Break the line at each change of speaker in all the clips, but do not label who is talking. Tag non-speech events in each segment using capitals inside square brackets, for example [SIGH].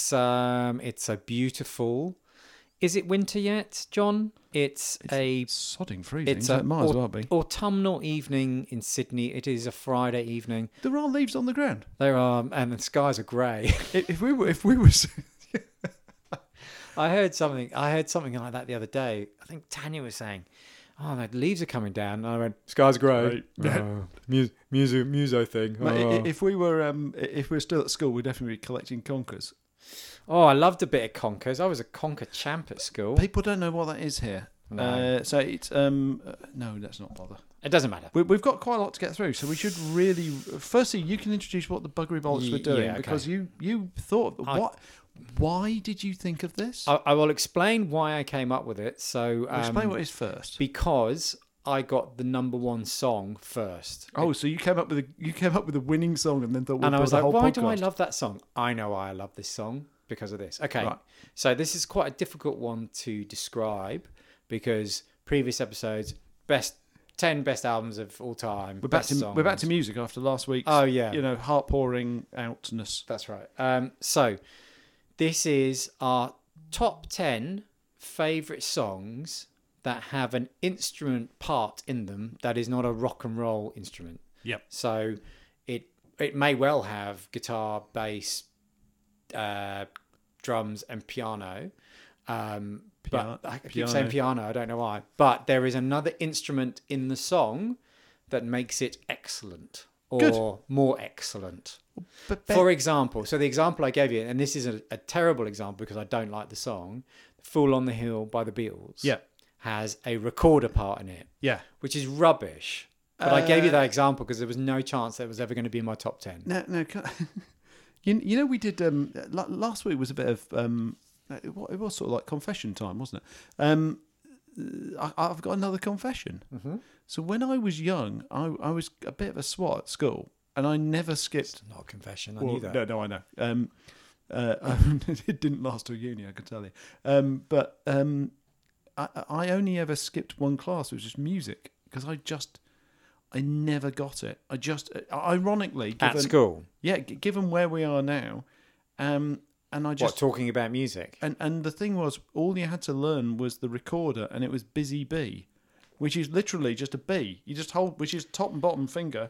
It's um, it's a beautiful. Is it winter yet, John? It's, a
sodding freezing.
it's uh,
so
a
it might as
au-
well be.
autumnal evening in Sydney. It is a Friday evening.
There are leaves on the ground.
There are and the skies are grey. [LAUGHS]
If if we were, if we were,
I heard something. I heard something like that the other day. I think Tanya was saying, "Oh, the leaves are coming down." And I went, "Sky's [LAUGHS] grey."
Right.
Oh, mu- muso muso thing.
Mate, i-
Oh.
i- if we were, um, i- if we were still at school, we'd definitely be collecting conkers.
Oh, I loved a bit of conkers. I was a conker champ at school.
People don't know what that is here.
No.
Uh, so it's um, uh, no, let's not bother.
It doesn't matter.
We, we've got quite a lot to get through, so we should really. Firstly, you can introduce what the buggery bollocks
Ye-
were doing
yeah, okay.
because you you thought
I-
what? Why did you think of this?
I, I will explain why I came up with it. So um,
Explain what is first.
because I got the number one song first.
oh, so you came up with a you came up with a winning song and then thought. We'll
and I
build
was
a
like,
whole
why do I
podcast."
love that song? I know why I love this song because of this. Okay.
Right.
So this is quite a difficult one to describe because previous episodes, best 10 best albums of all time.
We're back
best
to
songs.
we're back to music after last week's.
Oh, yeah.
you know heart pouring outness.
That's right. Um, so this is our top 10 favorite songs that have an instrument part in them that is not a rock and roll instrument.
Yep.
So it it may well have guitar, bass, uh, drums, and piano. Um,
Pia-
but I keep saying piano. I don't know why. But there is another instrument in the song that makes it excellent or
Good.
more excellent.
But Ben-
For example, so the example I gave you, and this is a, a terrible example because I don't like the song, "Fool on the Hill" by the Beatles.
yeah,
has a recorder part in it
yeah. Uh,
which is rubbish. But I gave you that example because there was no chance that it was ever going to be in my top 10.
No, no. Can, [LAUGHS] you, you know, we did um, la- last week was a bit of um, it wa- it was sort of like confession time, wasn't it? Um, I, I've got another confession. So when I was young, I, I was a bit of a swot at school, and I never skipped.
Not a confession, I
Well,
knew that.
no, no, I know. Um, uh, [LAUGHS] it didn't last till uni, I can tell you. Um, but um, I, I only ever skipped one class, which was music, because I just, I never got it. I just, uh, ironically,
At
given-
school,
yeah, g- given where we are now, um, and I
what,
just
talking about music?
and and the thing was, all you had to learn was the recorder, and it was busy B, which is literally just a B. You just hold, which is top and bottom finger.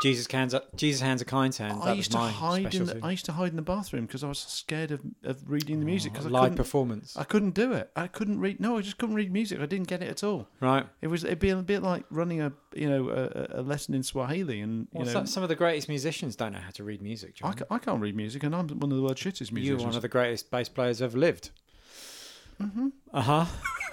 Jesus hands are, Jesus hands are kind hands. That
I
was
used to
my
hide in the,
specialty.
I used to hide in the bathroom because I was scared of, of reading the music because I
Live
couldn't
performance.
I couldn't do it. I couldn't read. No, I just couldn't read music. I didn't get it at all.
right.
It was it'd be a bit like running a you know a, a- a lesson in Swahili, and you
Well,
know
so- some of the greatest musicians don't know how to read music,
I,
John.
ca- I can't read music, and I'm one of the world's shittest
You're
musicians.
one of the greatest bass players ever lived. Mm-hmm. Uh-huh.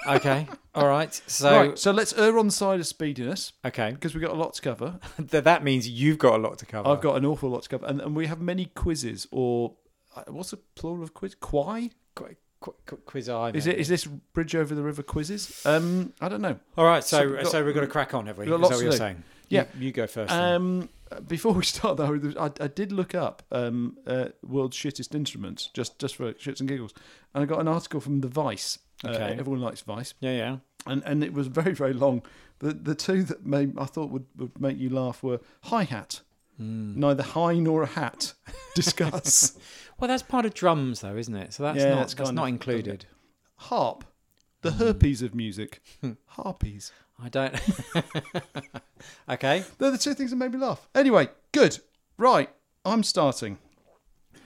okay.
[LAUGHS]
All right. So,
right, so let's err on the side of speediness
okay. [LAUGHS]
because we've got a lot to cover.
Th- that means you've got a lot to cover.
I've got an awful lot to cover, and, and we have many quizzes or uh, what's the plural of quiz? Quai?
Qu- qu- qu- quiz eye.
Is
man.
it is this bridge over the river quizzes? Um, I don't know.
All right.
So
So, so,
we've got-
we've got to crack on, have we?
we've got
Is
lots
that what
to
you're
do.
saying?
Yeah.
You, you go first. then.
Um, before we [LAUGHS] start though, there- I, I did look up um, uh, world's shittest instruments just just for shits and giggles, and I got an article from the Vice. Uh,
Okay.
everyone likes Vice,
yeah, yeah.
and and it was very very long. The the two that made, I thought would, would make you laugh were hi hat. Neither high nor a hat. [LAUGHS] Discuss.
Well, that's part of drums, though, isn't it? So that's
Yeah,
not
it's
that's
kind
not
of-
included.
harp, the herpes of music. Harpies.
I don't. [LAUGHS] okay,
They're the two things that made me laugh. Anyway, good. Right, I'm starting.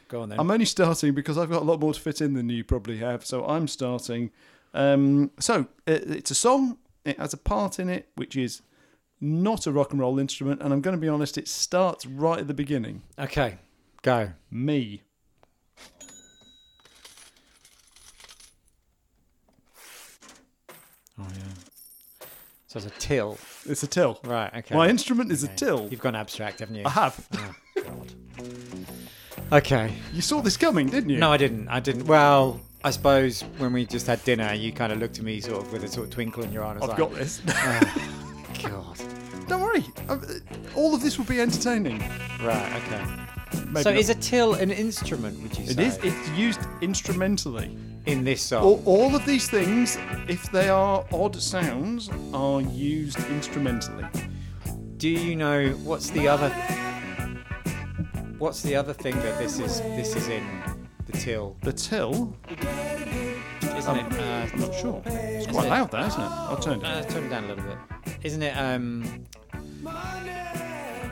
go on then.
I'm only starting because I've got a lot more to fit in than you probably have. So I'm starting. Um, so it, it's a song. It has a part in it which is not a rock and roll instrument. And I'm going to be honest, it starts right at the beginning.
okay, go.
Me.
Oh yeah. So it's a till,
It's a till.
right? Okay. Mm.
My instrument is a till. Uh-huh.
You've gone abstract, haven't you?
I have.
Okay.
You saw this coming, didn't you?
No, I didn't. I didn't. Well, I suppose when we just had dinner, you kind of looked at me sort of with a sort of twinkle in your eye. and I was
I've
like, [LAUGHS]
got this.
God.
Don't worry. i all of this will be entertaining.
Right. Okay.
Maybe
so
not.
is a till an instrument? Would you say?
It Oh. is. It's used instrumentally.
in this song.
All, all of these things, if they are odd sounds, are used instrumentally.
Do you know what's the other? What's the other thing that this is? This is in the till,
The till? um,
isn't it? Uh,
I'm not sure. It's
Is
quite
it?
loud, there, isn't it? I'll turn it.
uh, turn it down a little bit. Isn't it? Um,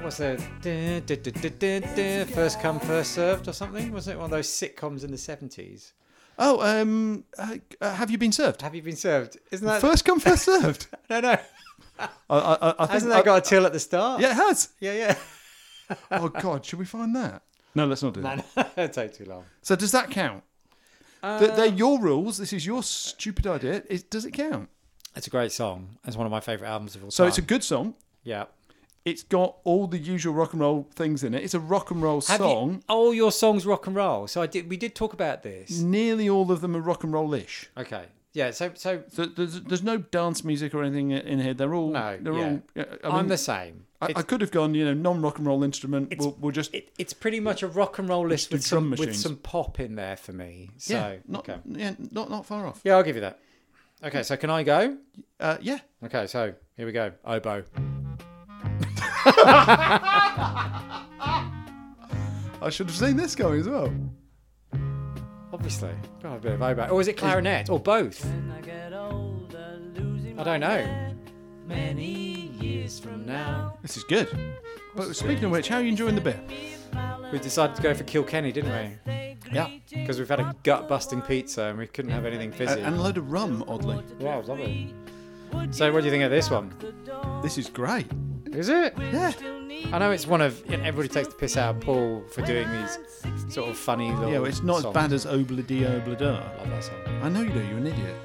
what's the duh, duh, duh, duh, duh, duh, first come first served or something? Wasn't it one of those sitcoms in the seventies?
Oh, um, uh, uh, have you been served?
Have you been served? Isn't that
First come, first served.
no no?
I, I, I- I think
Hasn't
I-
that got a till at the start?
Yeah, it has.
yeah yeah. [LAUGHS]
Oh God, should we find that? No, let's not do that.
It'll take too long.
So does that count? Th- they're your rules. This is your stupid idea. Is, does it count?
It's a great song. It's one of my favorite albums of all
So
time.
it's a good song.
yeah.
It's got all the usual rock and roll things in it. It's a rock and roll
Have you-
song.
oh, your song's rock and roll. So I did. We did talk about this.
Nearly all of them are rock and roll-ish.
Okay. Yeah. So so
So there's, there's no dance music or anything in here. They're all.
No,
They're
yeah.
all. yeah, I
I am
mean,
the same.
I, I
It's-
could have gone, you know, non-rock and roll instrument. We'll, we'll just.
it, it's pretty much a rock and roll list
do
with
drum
some, with
machines.
some pop in there for me. So
yeah, not,
okay.
yeah, not not far off.
Yeah, I'll give you that. Okay, so can I go?
Uh, yeah.
Okay, so here we go. Oboe.
I should have seen this going as well.
Obviously. Got a bit of oboe. Or is it clarinet? Or both?
When I get older, losing
I don't know.
many years from
Now
This is good. But speaking of which, how are you enjoying the beer?
we decided to go for Kilkenny, didn't we?
Yeah.
Because we've had a gut busting pizza and we couldn't have anything
And,
fizzy.
Uh, and a load of rum, oddly.
wow, lovely. So what do you think of this one?
This is great.
Is it?
Yeah.
I know it's one of you know, everybody takes the piss out of Paul for doing these sort of funny little
Yeah, well, it's not
songs.
as bad as Obladi Oblada.
I love that song.
I know you do, you're an idiot.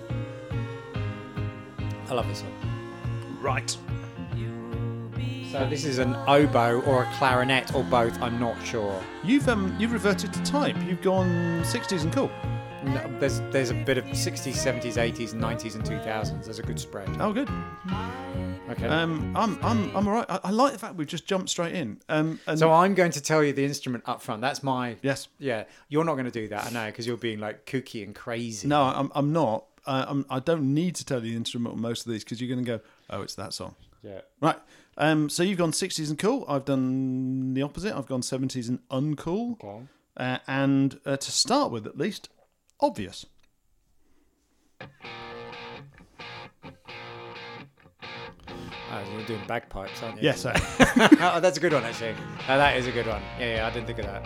I love that song.
Right.
So this is an oboe or a clarinet or both. I'm not sure.
You've um you've reverted to type. You've gone sixties and cool.
No, there's there's a bit of 60s, 70s, 80s, 90s, and 2000s. There's a good spread.
Oh good.
Okay.
Um I'm I'm I'm alright. I, I like the fact we've just jumped straight in. Um and
so I'm going to tell you the instrument up front. That's my
Yes.
yeah. You're not going to do that, I know, because you're being like kooky and crazy.
No, I'm I'm not. I I'm I don't need to tell you the instrument on most of these because you're gonna go, Oh, it's that song.
Yeah.
Right. Um so you've gone sixties and cool. I've done the opposite. I've gone seventies and uncool.
Okay.
Uh, and uh, to start with at least, obvious.
Oh, you're doing bagpipes, aren't you?
Yes, I
[LAUGHS] oh, that's a good one actually. Oh, that is a good one. Yeah, yeah. I didn't think of that.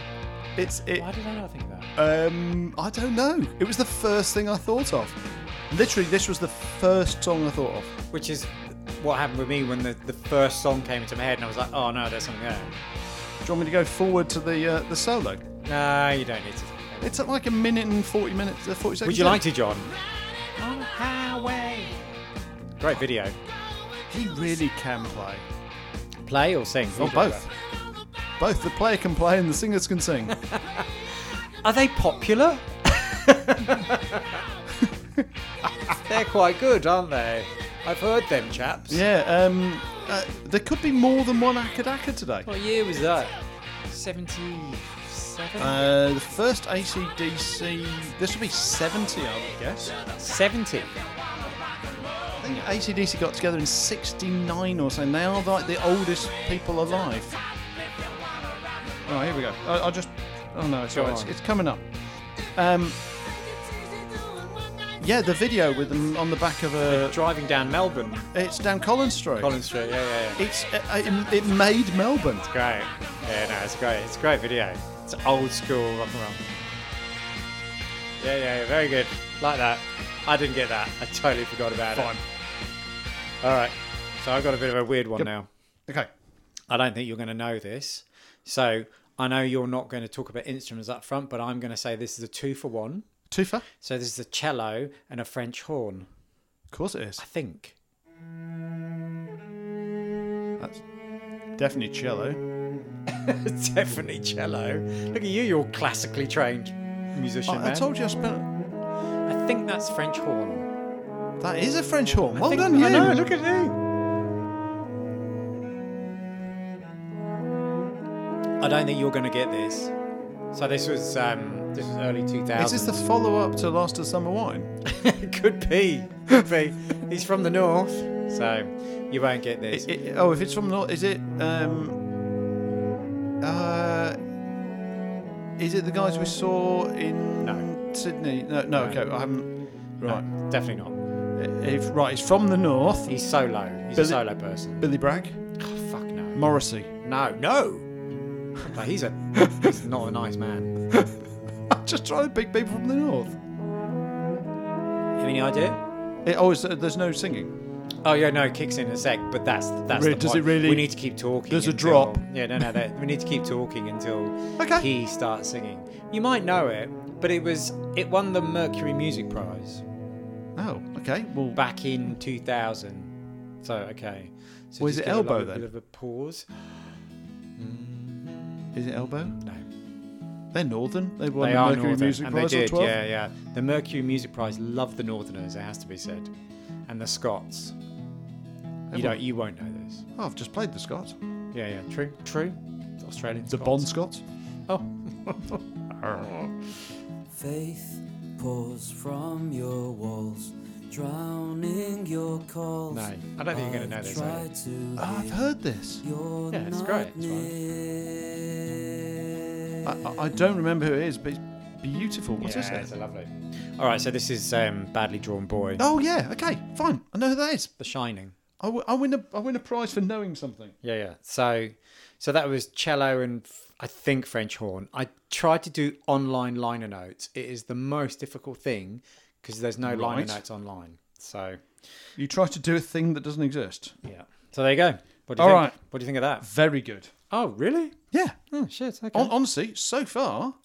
it's it
Why did I not think of that?
Um, I don't know. It was the first thing I thought of. Literally, this was the first song I thought of.
Which is what happened with me when the, the first song came into my head, and I was like, oh no, there's something there.
Do you want me to go forward to the uh, the solo?
No, you don't need to.
It's at like a minute and forty minutes, uh, forty seconds.
Would you like
in.
to, John? On the highway. Great video.
He really can play.
Play or sing?
Well, both. Both. The player can play and the singers can [LAUGHS] sing.
Are they popular? [LAUGHS] They're quite good, aren't they? I've heard them, chaps.
yeah. Um, uh, there could be more than one Akadaka today.
What year was that? 77?
Uh, the first ACDC. This would be seventy, I would guess.
70.
I think ACDC got together in 69 or something. They are like the oldest people alive. Oh, here we go. I, I'll just. Oh no, it's,
Go
all right. it's,
on.
it's coming up. Um, yeah, the video with them on the back of a.
Driving down Melbourne.
It's down Collins Street.
Collins Street, yeah, yeah, yeah.
It's uh, it, it made Melbourne.
Great. Yeah, no, it's great. It's a great video. It's old school rock and roll. Yeah, yeah, yeah, very good. Like that. I didn't get that. I totally forgot about it. All right. So I've got a bit of a weird one now.
Okay.
I don't think you're going to know this. So I know you're not going to talk about instruments up front, but I'm going to say this is a two for one.
Tufa. Of
So this is a cello and a French horn.
course it is.
I think. [LAUGHS]
That's definitely cello.
It's definitely cello. Look at you, you're classically trained musician,
Oh, I, I
man.
told you I spent.
I think that's French horn.
That is a French horn. Well
I think-
done, you.
I know, look at you. I don't think you're going to get this. So this was um, this was early 2000s.
Is this the follow-up to Last of Summer Wine?
[LAUGHS] could be, could be. He's from the north, so you won't get this.
It- it- oh, if it's from not, is it? Um, uh, Is it the guys we saw in
No.
Sydney? No, no. Okay, I haven't. Right. Uh,
No, definitely not.
If right, it's from the north.
He's solo. He's a
Billy-
solo person.
Billy Bragg,
Oh, fuck no.
Morrissey. [LAUGHS]
No, no. But he's a he's not a nice man.
I'm just trying to pick people from the north.
Have any idea?
It, oh, it's, uh, there's no singing.
Oh yeah, no. it Kicks in in a sec, but that's that's.
Re-
the
does
point.
it really-
We need to keep talking.
There's a
until-
drop.
Yeah, no, no. That, we need to keep talking until
Okay.
he starts singing. You might know it, but it was it won the Mercury Music Prize
Oh, okay. Well,
back in 2000. So okay. So
Was
just
it
give a
Elbow
little
then?
Bit of a pause.
is it Elbow?
No.
They're northern. They won
they
the
are
Mercury
Northern,
Music
and
Prize
they
or
did,
12.
yeah, yeah. The Mercury Music Prize loved the Northerners, it has to be said, and the Scots. You don't, you won't know this.
Oh, I've just played the Scots.
Yeah, yeah, true, true. The Australian
The Bon
Scots.
Scots.
Faith pours from your walls, drowning your calls.
No, I don't think you're gonna know this. are
Try
you?
to
Oh, I've heard this.
you're
Yeah, it's
not
great. It's fine.
near.
I, I- I don't remember who it is, but it's beautiful. What
yeah,
is
It's
it?
a lovely. All right, so this is um, badly drawn boy.
Oh yeah. Okay. Fine. I know who that is.
The Shining.
I, w- I win a I win a prize for knowing something.
Yeah, yeah. So, so that was cello and f- I think French horn. I tried to do online liner notes. It is the most difficult thing because there's no liner
Right.
notes online. So,
You try to do a thing that doesn't exist.
yeah. So there you go. What do you
All
think?
right.
What do you think of that?
Very good.
Oh, really?
Yeah.
Oh, shit. Okay.
Hon- honestly, so far,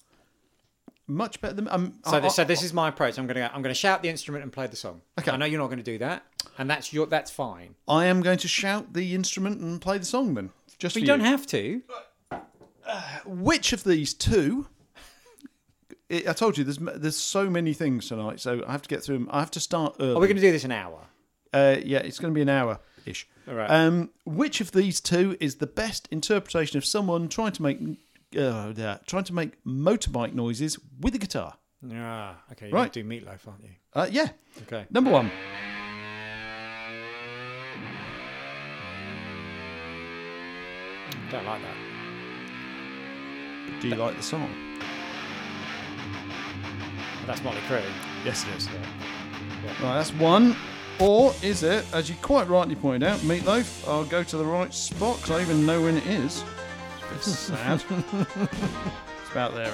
much better than. Um,
so,
I-
this,
I-
so this is my approach. I'm gonna go, I'm gonna shout the instrument and play the song.
Okay.
I know you're not gonna do that, and that's your that's fine.
I am going to shout the instrument and play the song then. Just
But you
for
don't have to.
Which of these two? [LAUGHS] I I told you there's m- there's so many things tonight, so I have to get through them. I have to start early.
Are we gonna do this an hour?
Uh, yeah, it's going to be an hour ish.
All right.
Um, which of these two is the best interpretation of someone trying to make uh, yeah, trying to make motorbike noises with a guitar?
Yeah. Ah, Okay. You're
Right.
gonna do meatloaf, aren't you?
Uh, yeah.
Okay.
Number one.
Don't like that.
Do you like the song?
That's Molly Crew.
Yes, it is. Right, that's one. Or is it, as you quite rightly pointed out, meatloaf? I'll go to the right spot because I even know when it is. It's [LAUGHS] a bit sad. it's about there.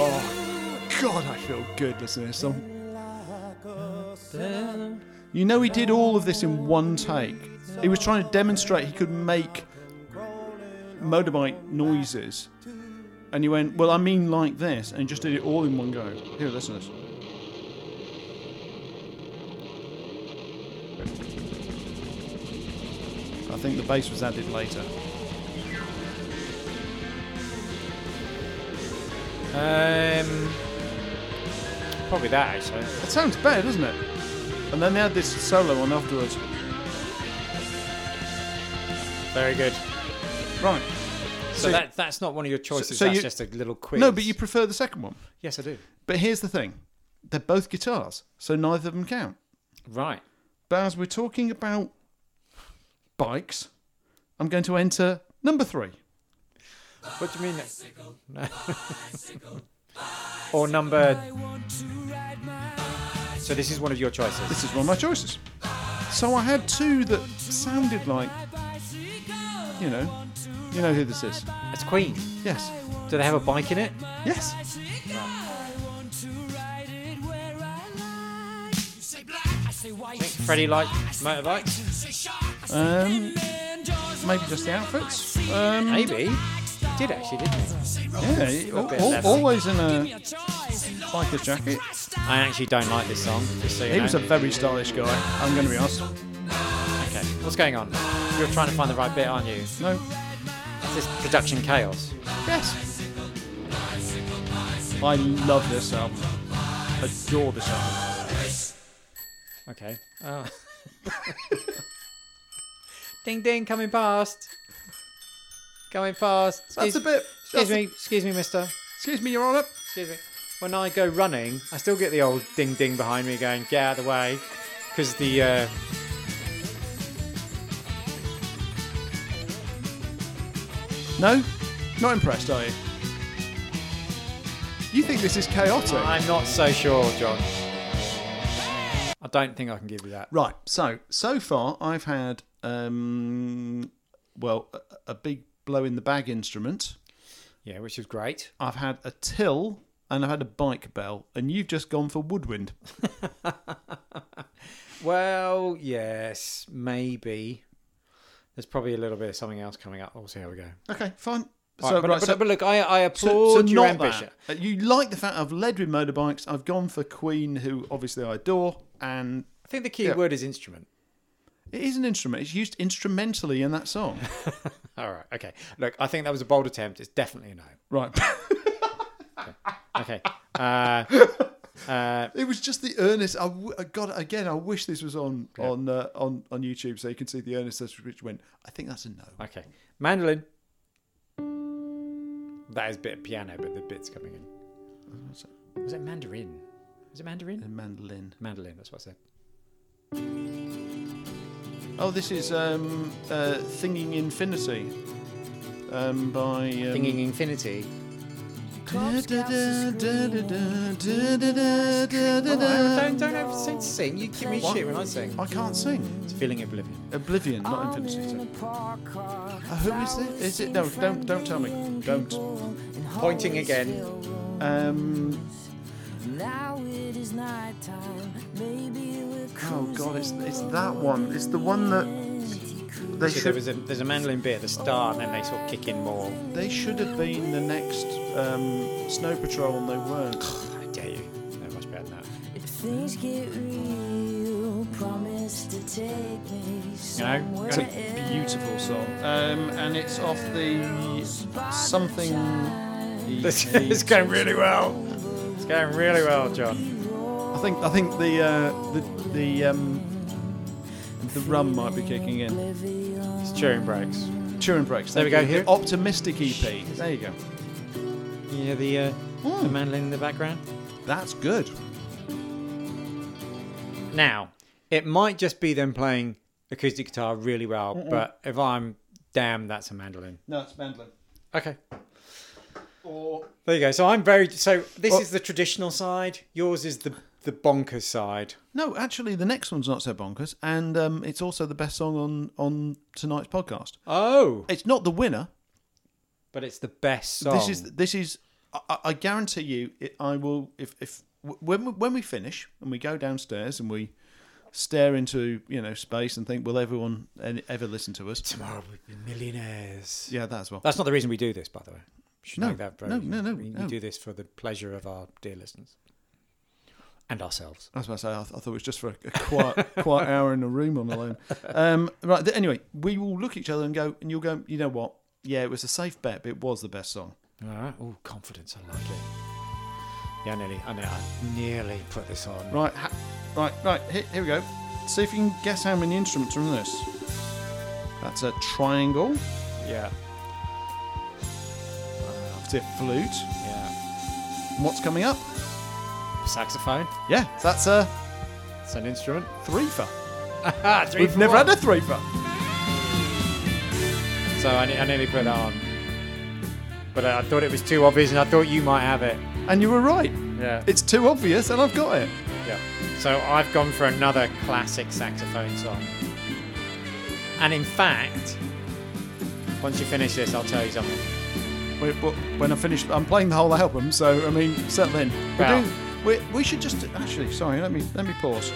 Oh God, I feel good listening to this song. You know, he did all of this in one take. He was trying to demonstrate he could make motorbike noises. And he went, Well, I mean like this, and just did it all in one go. Here, listen to this. I think the bass was added later.
Um, probably that actually.
It sounds better, doesn't it? And then they had this solo on afterwards.
Very good.
Right.
So, that that's not one of your choices.
so
that's
you-
just a little quiz.
No, but you prefer the second one.
Yes, I do.
But here's the thing they're both guitars, so neither of them count.
Right.
But as we're talking about bikes, I'm going to enter number three.
What do you mean? that- No. [LAUGHS] or number. So this is one of your choices.
This is one of my choices. So I had two that sounded like, you know, you know who this is.
It's Queen.
Yes,
Do they have a bike in it?
yes.
Think Freddie likes motorbikes?
Um, maybe just the outfits. Um,
Maybe. He did actually, didn't he?
yeah, al-
bit
al-
left.
always in a biker's jacket.
I actually don't like this song. Just so you
He
know.
was a very stylish guy. I'm going to be honest.
okay. What's going on? You're trying to find the right bit, aren't you? Is
No.
this production chaos?
Yes. I love this album. Adore this album.
Okay. Oh. [LAUGHS] ding ding, coming past. Coming past. Excuse,
That's a bit.
Excuse
that's a-
me, excuse me, mister.
excuse me, Your Honour.
Excuse me. When I go running, I still get the old ding ding behind me going, get out of the way. Because the. Uh...
No. Not impressed, are you? You think this is chaotic?
I'm not so sure, John. I don't think I can give you that.
Right. So so far, I've had um, well a- a big blow in the bag instrument.
Yeah, which is great.
I've had a till, and I've had a bike bell, and you've just gone for woodwind.
Well, yes, maybe. There's probably a little bit of something else coming up. We'll see how we go.
Okay, fine.
Right,
so
but,
right,
but-
so,
but look, I, I
so-
applaud
so
your
not that.
ambition.
Uh, You like the fact I've led with motorbikes. I've gone for Queen, who obviously I adore, and
I think the key
Yeah.
word is instrument.
it is an instrument. It's used instrumentally in that
[LAUGHS]
song.
All right, okay. Look, I think that was a bold attempt. It's definitely a no.
right.
Okay.
[LAUGHS]
Uh, uh,
It was just the earnest. I, w- I got again. I wish this was on on uh, on on YouTube so you can see the earnestness with which went. I think that's a no.
okay. Mandolin. That is a bit of piano, but the bit's coming in.
What's that?
Was it mandarin? Was it mandarin?
A mandolin.
Mandolin, that's what I said.
Oh, this is um, uh, Thinging Infinity um, by. Um,
Singing Infinity.
I
don't, don't, have, don't sing. You give me
What?
shit when I sing.
can't sing.
It's feeling oblivion.
Oblivion,
Oh,
not Infinity. sorry. Uh, who is this? Is it? No, don't don't tell me. Don't.
Pointing again.
Um,
Now it is night time. Maybe we're
oh God, it's it's that one. It's the one that they
So
should
there was a, there's a mandolin bit at the start, and then they sort of kick in more.
They should have been the next um, Snow Patrol, and they weren't.
How dare you? No, much better than that.
If things get real, promise to take me somewhere
it's
Beautiful song, um, and it's off the something. E
This is going really well. It's going really well, John.
I think I think the uh, the the um, the rum might be kicking in.
It's cheering breaks.
Turin breaks.
There we
thank
go,
you.
here.
The optimistic E EP. There you go.
You hear the, uh, the mandolin in the background?
That's good.
Now, it might just be them playing acoustic guitar really well, but if I'm damn, that's a mandolin.
No, it's mandolin.
Okay.
Or
There you go. So I'm very. So this
Well-
is the traditional side. Yours is the the bonkers side.
no, actually, the next one's not so bonkers, and um, it's also the best song on on tonight's podcast.
Oh,
It's not the winner.
but it's the best song.
This is this is. I- I, I guarantee you, it, I will. If if w- when we, when we finish and we go downstairs and we stare into you know space and think, will everyone en- ever listen to [LAUGHS] us?
tomorrow we'll be millionaires.
Yeah, that as well.
That's not the reason we do this, by the way. You should
No,
make that very
no, no, no,
We, we
no.
do this for the pleasure of our dear listeners and ourselves.
I was about to say, I, th- I thought it was just for a, a quiet, quiet hour in a room on alone. Um, right. Th- anyway, we will look at each other and go, and you'll go. You know what? Yeah, it was a safe bet, but it was the best song.
All right. Oh, confidence. I like it. Yeah, I nearly. I, ne- I nearly put this on.
Right. Ha- right. Right. Here, here we go. See if you can guess how many instruments are in this. That's a triangle.
Yeah.
That's a flute.
Yeah.
What's coming up?
Saxophone.
Yeah, that's a
It's an instrument. [LAUGHS]
threefer.
Three
We've
for
never
one.
had a threefer.
So I, ne- I nearly put that on. But I, I thought it was too obvious and I thought you might have it.
And you were right.
Yeah.
It's too obvious, and I've got it.
yeah. So I've gone for another classic saxophone song. And in fact, once you finish this, I'll tell you something.
Wait, wh- When I finish, I'm playing the whole album, so I mean, settle in. We,
Wow.
do, we, we should just actually. Sorry, let me let me pause.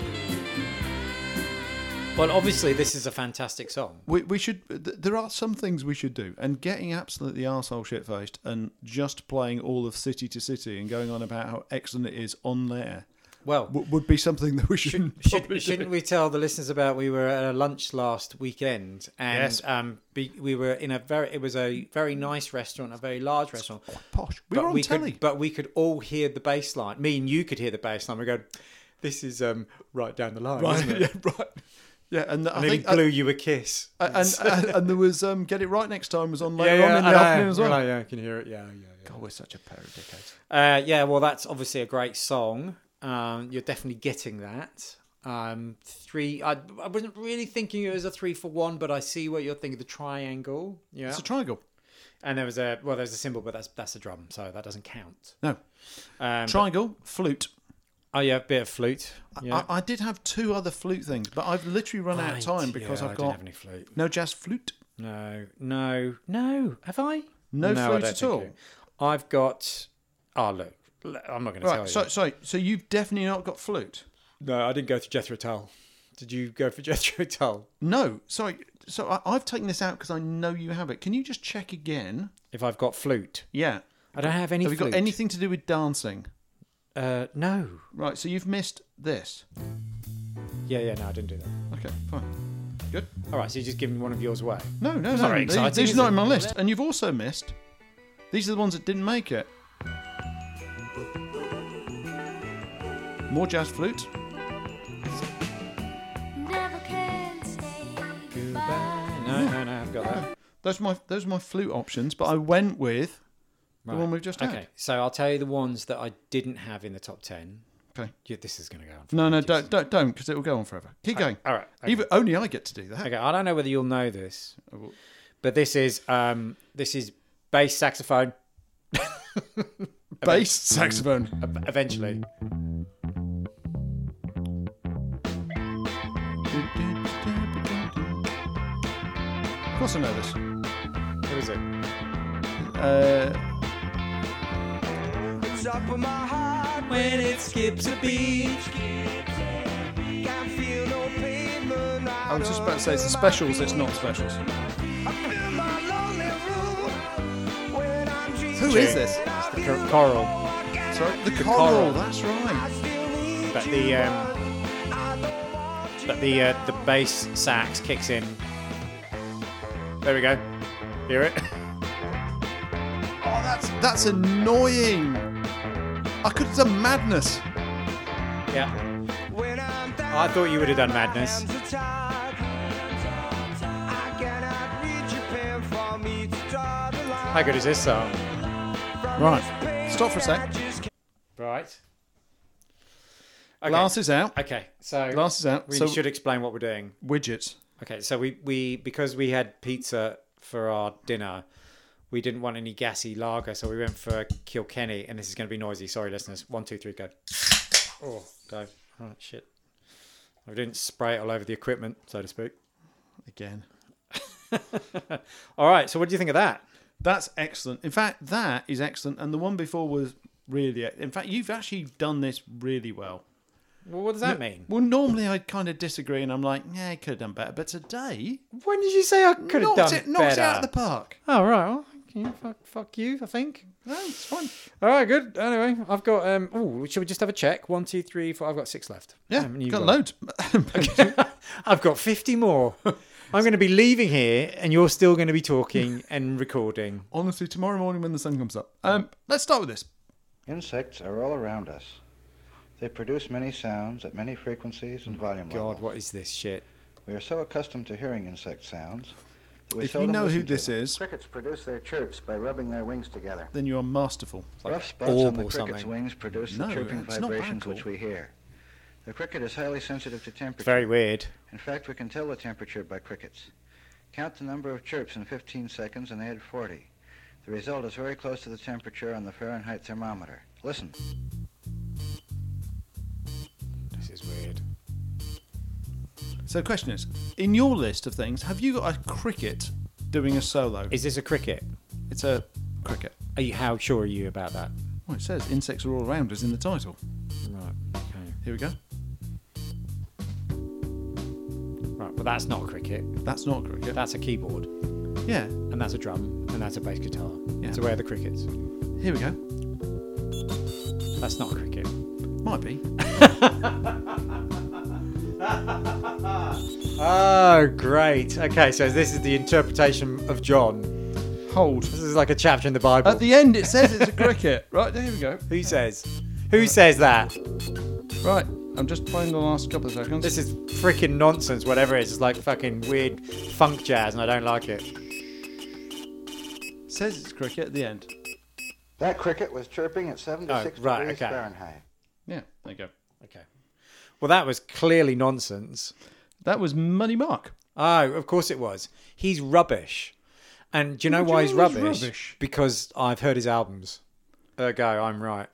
Well, obviously, this is a fantastic song.
We, we should. Th- there are some things we should do, and getting absolutely arsehole shit faced and just playing all of City to City and going on about how excellent it is on there
Well,
w- would be something that we should. probably
should,
do.
shouldn't we tell the listeners about we were at a lunch last weekend and
Yes.
um, be, we were in a very, it was a very nice restaurant, a very large restaurant.
[LAUGHS] Posh. We were on
we
telly.
Could, but we could all hear the bass line. Me and you could hear the bass line. We go, this is um, right down the line,
right.
isn't it?
[LAUGHS] Yeah. Right. Yeah. And I
And he
think uh,
blew you a kiss.
and, and, and there was um, Get It Right Next Time was on later on in the
I know.
afternoon as well.
Right, Oh, yeah, I can hear it. Yeah, yeah,
God, we're such a pair of dickheads.
yeah. Uh, yeah, well, that's obviously a great song. Um, you're definitely getting that. Um, three. I, I wasn't really thinking it was a three for one, but I see what you're thinking. The triangle. Yeah,
It's a triangle.
And there was a well, there's a cymbal, but that's that's a drum, so that doesn't count.
No.
Um,
Triangle, flute.
but- oh yeah, a bit of flute. Yeah.
I, I did have two other flute things, but I've literally run out of
Right,
time because
yeah, I
I've
didn't
got
have any flute.
no jazz flute.
No, no, no. Have I?
No
I
flute
don't
at
think
all.
you- I've got. Oh look, l- I'm not going to tell
Right,
you.
so, so so you've definitely not got flute.
no, I didn't go for Jethro Tull. Did you go for [LAUGHS] Jethro Tull?
No, sorry. So I, I've taken this out because I know you have it. Can you just check again?
If I've got flute,
Yeah.
I don't have any.
Have you got
flute.
anything to do with dancing?
Uh, no.
Right, so you've missed this.
Yeah, yeah. No, I didn't do that.
Okay, fine. Good.
All right, so you're just giving one of yours away.
No, no,
It's not
no.
very
these-
exciting,
these
is
are not
it?
in my list. And you've also missed. These are the ones that didn't make it. More jazz flute.
Never can say goodbye.
Goodbye. No, no, no. I've got that.
Those are my those are my flute options, but I went with the
Right.
one we've [LAUGHS] just had.
Okay, so I'll tell you the ones that I didn't have in the top ten.
Okay.
Yeah, this is going to go on. for
No, no,
ages.
don't don't don't because it will go on forever. Keep going.
All right. Okay.
Even only I get to do that.
okay. I don't know whether you'll know this,
will.
but this is um this is bass saxophone.
Bass saxophone.
ev- Eventually,
Of course I know this.
who is it?
Uh,
Top of my heart when it skips a beat. Can't feel no pavement.
I was just about to say it's the specials. It's not the specials. Who is this?
The cor- choral.
Sorry, the,
The
coral.
Coral.
That's right.
But the um, but the uh, the bass sax kicks in. There we go. Hear it? [LAUGHS]
Oh, that's that's annoying. I could have done madness.
yeah.
When I'm down,
Oh, I thought you would have done madness.
hands are tied. I cannot reach a pen for me to draw the line.
How good is this song?
Right. Stop for a
I
sec.
just
Right. Okay.
Glass is out.
Okay. So
Glass is out.
we
so
should explain what we're doing.
widgets.
Okay, so we, we because we had pizza for our dinner, we didn't want any gassy lager, so we went for Kilkenny, and this is going to be noisy. Sorry, listeners. One, two, three, go. Oh, go. Oh, shit. I didn't spray it all over the equipment, so to speak.
Again.
All right, so what do you think of that?
That's excellent. In fact, that is excellent. And the one before was really. e, In fact, you've actually done this really well.
Well, what does that mean?
Well, normally I kind of disagree, and I'm like, yeah, I could have done better. But today,
When did you say I could have
knocked,
done
it,
it,
knocked
better?
it out of the park.
Oh, right. Well, can you fuck, fuck you, I think.
No, it's fine.
All right, good. Anyway, I've got, um, oh, should we just have a check? One, two, three, four. I've got six left.
Yeah,
Um, and you've
got loads.
[LAUGHS] I've got 50 more. I'm going to be leaving here and you're still going to be
[LAUGHS]
talking and recording.
Honestly, tomorrow morning when the sun comes up. Um, let's start with this.
Insects are all around us. They produce many sounds at many frequencies and volume
God,
levels.
what is this shit?
We are so accustomed to hearing insect sounds that we
If you
seldom
know who
listen to
this
them.
is,
Crickets produce their chirps by rubbing their wings together.
then you are masterful.
Rough spots
orb
on the
or
cricket's
something.
wings produce
No,
the chirping
it's not
vibrations
magical.
which we hear. The cricket is highly sensitive to temperature.
Very weird.
In fact, we can tell the temperature by crickets. Count the number of chirps in 15 seconds and add 40. The result is very close to the temperature on the Fahrenheit thermometer. Listen.
This is weird.
So, the question is, in your list of things, have you got a cricket doing a solo?
Is this a cricket?
It's a cricket.
Are you, how sure are you about that?
Well, it says insects are all around us in the title.
Right. Okay.
Here we go.
Right. Well, that's not a cricket.
That's not a cricket.
That's a keyboard,
Yeah.
and that's a drum, and that's a bass guitar.
Yeah.
So where are the crickets?
Here we go.
That's not a cricket.
Might be.
Oh, great. Okay, so this is the interpretation of John.
Hold.
This is like a chapter in the Bible.
At the end, it says it's a cricket. [LAUGHS] Right, here we go.
Who says? Who says that?
Right, I'm just playing the last couple of seconds.
This is freaking nonsense, whatever it is. It's like fucking weird funk jazz, and I don't like it.
says it's cricket at the end.
That cricket was chirping at 76
Oh, right,
degrees
okay.
Fahrenheit.
Yeah, there you go.
Okay. Well, that was clearly nonsense.
That was Money Mark.
Oh, of course it was. He's rubbish. And do you know
Would you
why he's
know he's
rubbish?
rubbish?
Because I've heard his albums. Ergo, I'm
[LAUGHS]
right.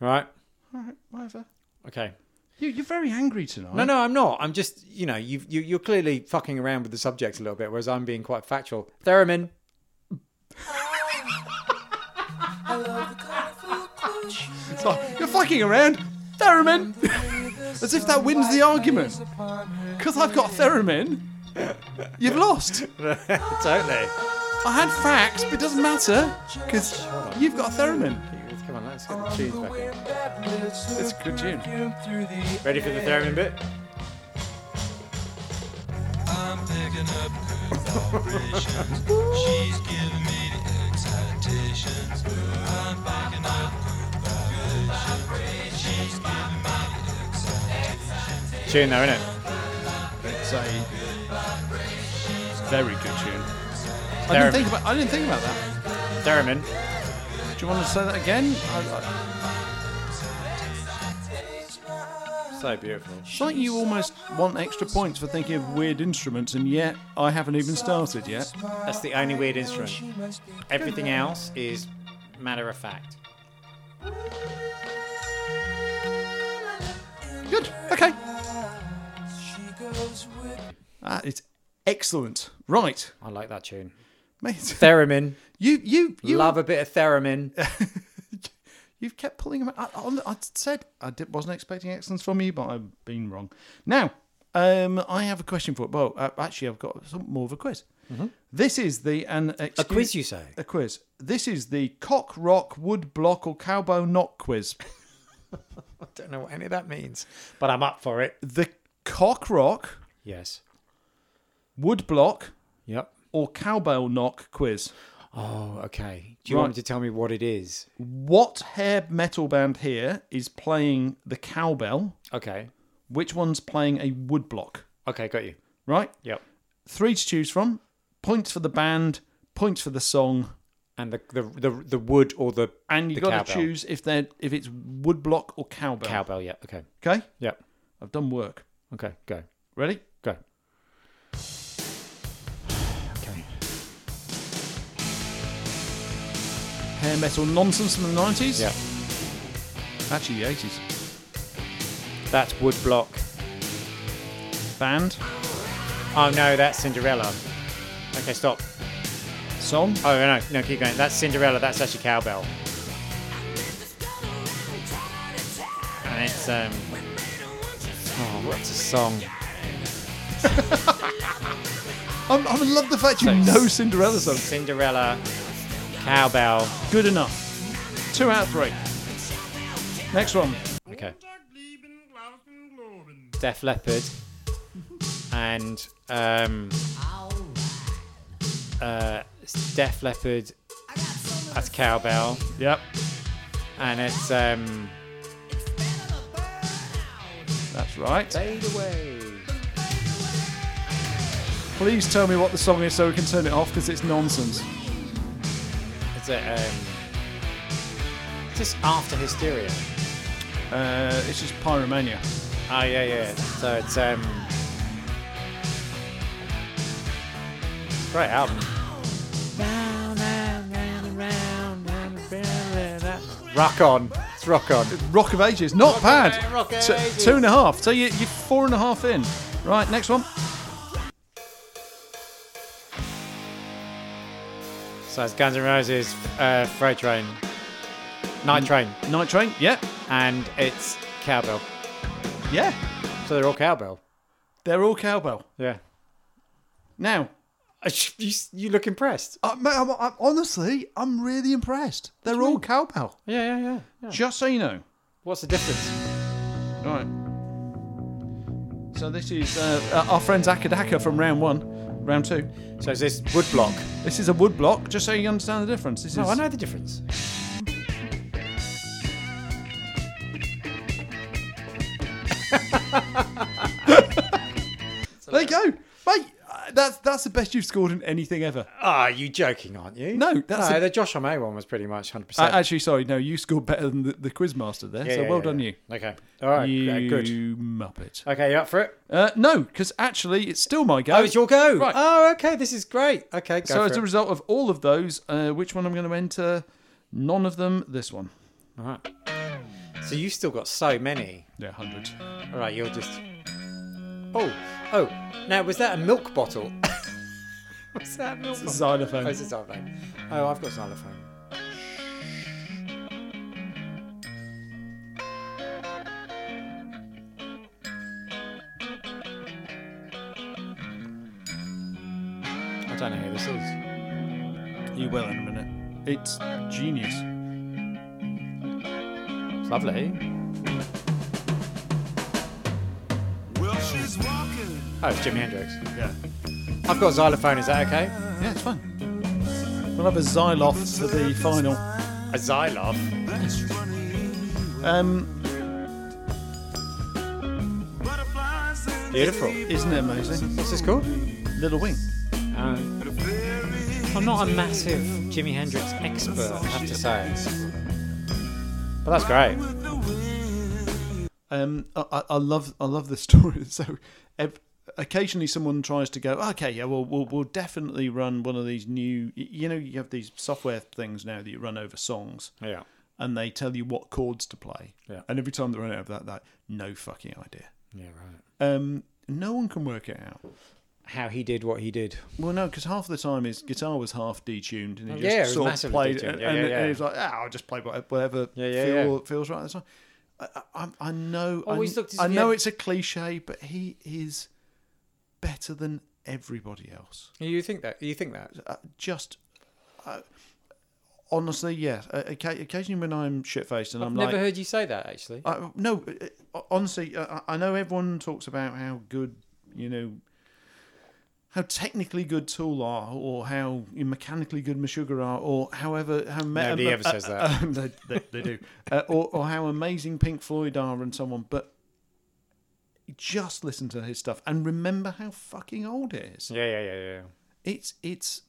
right?
All right, whatever.
Okay.
You, you're very angry tonight.
No, no, I'm not. I'm just, you know, you've, you, you're clearly fucking around with the subjects a little bit, whereas I'm being quite factual. Theremin.
It's like, you're fucking around. Theremin. [LAUGHS] As if that wins the argument. Because I've got theremin. [LAUGHS] You've lost.
totally.
I had facts, but it doesn't matter. Because you've got theremin.
Come on, let's get the tunes back in.
It's a good tune.
Ready for the theremin bit?
I'm picking up good vibrations. She's giving me the excitations. I'm picking up good vibrations. She's giving me the excitations.
Tune though, innit?
It's a very good tune. I
Theremin.
didn't think about. I didn't think about that.
Theremin.
Do you want to say that again? I, I,
So beautiful.
it's like you almost want extra points for thinking of weird instruments, and yet I haven't even started yet.
That's the only weird instrument. Everything else is matter of fact.
Good. Okay. That is Ah, excellent. Right,
I like that tune.
mate.
Theremin.
You you you
Love a bit of [LAUGHS] theremin.
You've kept pulling them. out. I, I, I said I did, wasn't expecting excellence from you, but I've been wrong. Now, um, I have a question for. Well, uh, actually, I've got some more of a quiz. This is the an
Mm-hmm. A quiz, you say?
a quiz. This is the cock rock wood block or cowboy knock quiz.
I don't know what any of that means, but I'm up for it.
The cock rock
Yes.
wood block
Yep.
or cowbell knock quiz.
Oh, okay. Do you want
Right.
me to tell me what it is?
What hair metal band here is playing the cowbell?
Okay.
Which one's playing a wood block?
Okay, got you.
Right.
Yep.
three to choose from. Points for the band, points for the song,
And the the the, the wood or the
and you
the
got to
cowbell.
choose if they're if it's woodblock or cowbell.
cowbell. Yeah. Okay.
Okay,
Yep.
I've done work.
Okay. Go.
Ready?
Go. Okay.
Hair metal nonsense from the nineties.
Yeah.
actually the eighties.
That's wood block.
Band,
Oh no, that's Cinderella. Okay, stop.
song.
Oh no, no, keep going. That's Cinderella. That's actually cowbell, and it's um. Oh, what's a song?
I'm, I love the fact you know Cinderella song.
Cinderella, cowbell.
Good enough. Two out of three. Next one.
Okay. Def Leppard, and um. Uh, it's Def Leppard. That's cowbell,
Yep.
and it's um.
That's right.
Fade away.
Please tell me what the song is so we can turn it off because it's nonsense.
It's a um. Just after hysteria.
Uh, it's just Pyromania.
Oh yeah, yeah. So it's um, great album. Rock on, it's rock on.
Rock of Ages, not bad.
Ages, Rock of
T-
Ages.
Two and a half. So you, you're four and a half in. Right, next one.
So it's Guns N' Roses, uh, Freight Train, Night Train,
Night Train. Yeah,
and it's cowbell.
yeah.
So they're all cowbell.
They're all cowbell.
Yeah.
Now,
You, you look impressed.
I, mate, I'm, I'm, honestly, I'm really impressed. They're all cowbell.
Yeah, yeah, yeah, yeah.
Just so you know.
What's the difference?
Right. So this is uh, uh, our friends Akadaka from round one, round two.
So it's this woodblock.
This is a wood block, just so you understand the difference. This
No,
is
Oh, I know the difference.
There you go, mate. uh, that's that's the best you've scored in anything ever.
Ah, you joking, aren't you?
No, that's
no.
a-
the Josh Homme one was pretty much hundred
Uh,
percent.
actually, sorry, no, you scored better than the, the quizmaster there. so well done you.
Okay, all right,
you
yeah, good.
muppet.
Okay, you up for it?
Uh, no, because actually, it's still my go.
Oh, it's your go.
Right.
Oh, okay, this is great. Okay, go
so
for
as a
it.
result of all of those, uh, which one I'm going to enter? None of them. This one.
All right. So you've still got so many.
Yeah, hundred.
All right, you're just. Oh, oh. Now was that a milk bottle? [LAUGHS] was that a milk bottle?
Xylophone.
Oh, it's a xylophone. Oh, I've got xylophone. I don't know who this is.
You will in a minute. It's genius.
It's lovely.
Well, she's walking.
Oh, it's Jimi Hendrix.
Yeah.
I've got xylophone. Is that okay?
Yeah, it's fun. We'll have a xylophone for the final.
A xylophone.
That's funny.
Um,
Butterflies in
Beautiful.
isn't it amazing?
What's this called?
Little Wing.
Um,
the very
I'm not a massive Jimi Hendrix expert, I have to say. But that's great.
with the wind.
Um, I, I- I love I love this [LAUGHS] story. So, ev- occasionally someone tries to go, okay, yeah, well, we'll we'll definitely run one of these new. y- You know, you have these software things now that you run over songs,
Yeah.
and they tell you what chords to play.
Yeah.
And every time they run out of that, that no fucking idea.
Yeah, right.
Um, no one can work it out.
How he did what he did.
Well, no, because half the time his guitar was half detuned, and he just
Oh, yeah, it was
sort of
massively
played,
detuned.
and,
Yeah,
and,
yeah, yeah.
and he was like, "Ah, I'll just play whatever, whatever
Yeah, yeah,
feel,
yeah.
feels right." at the time. I, I, I- I know,
Always
I,
looked as
I
if he
know
had-
it's a cliche, but he is better than everybody else.
You think that? You think that?
Uh, just. Uh, Honestly, yeah. Uh, occa- Occasionally, when I'm shit faced and
I've
I'm
never
like,
heard you say that actually.
I, no, uh, honestly, I, I know everyone talks about how good, you know, how technically good Tool are, or how mechanically good Meshuggah are, or however how ma-
Nobody ever says that.
[LAUGHS] uh, they, they, they do, uh, or, or how amazing Pink Floyd are, and so on. But just listen to his stuff and remember how fucking old it is.
Yeah, yeah, yeah, yeah.
It's it's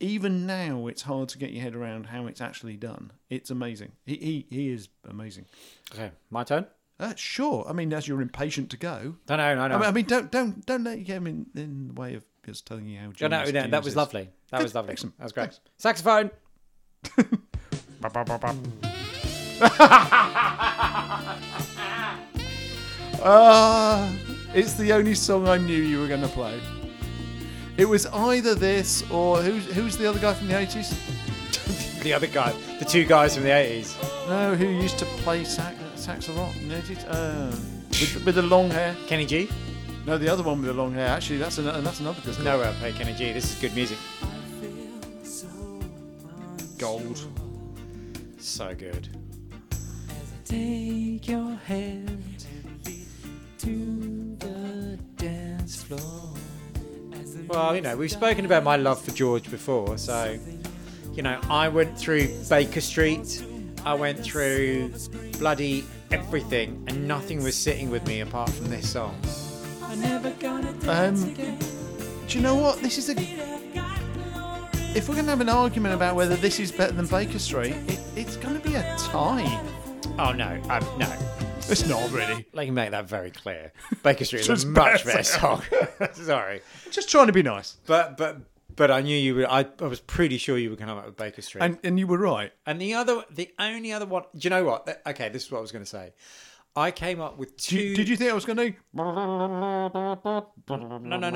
even now it's hard to get your head around how it's actually done. It's amazing. He he, he is amazing.
Okay, my turn.
Uh, sure. I mean, as you're impatient to go.
No, no, no, no.
I mean, I mean, don't don't don't let you get him in, in the way of just telling you how.
no, no,
genius
no, that
James
was
is.
lovely. That was
Good,
lovely.
excellent,
That was great.
thanks.
Saxophone.
Ah, it's the only song I knew you were going to play. It was either this or who's who's the other guy from the eighties?
The other guy. The two guys from the 80s.
No, who used to play sax, sax a lot in the eighties? Uh, with, with the long hair.
Kenny G.
No, the other one with the long hair. Actually, that's another that's another good
No, I play Kenny G. This is good music.
gold.
So good.
Take your hand to the dance floor.
Well, you know, we've spoken about my love for George before, so you know, I went through Baker Street, I went through bloody everything, and nothing was sitting with me apart from this song.
I never gonna
Um, do you know what? This is a. If we're going to have an argument about whether this is better than Baker Street, it, it's going to be a tie.
Oh no, um, no,
It's not really.
let me make that very clear. Baker Street is
Just
a much
better.
better song. [LAUGHS] Sorry,
Just trying to be nice.
but but but I knew you were. I, I was pretty sure you were going to come up with Baker Street.
And and you were right.
And the other, the only other one. Do you know what? Th- Okay, this is what I was going to say. I came up with two.
Do you- did you think I was going to?
No, no, no, no,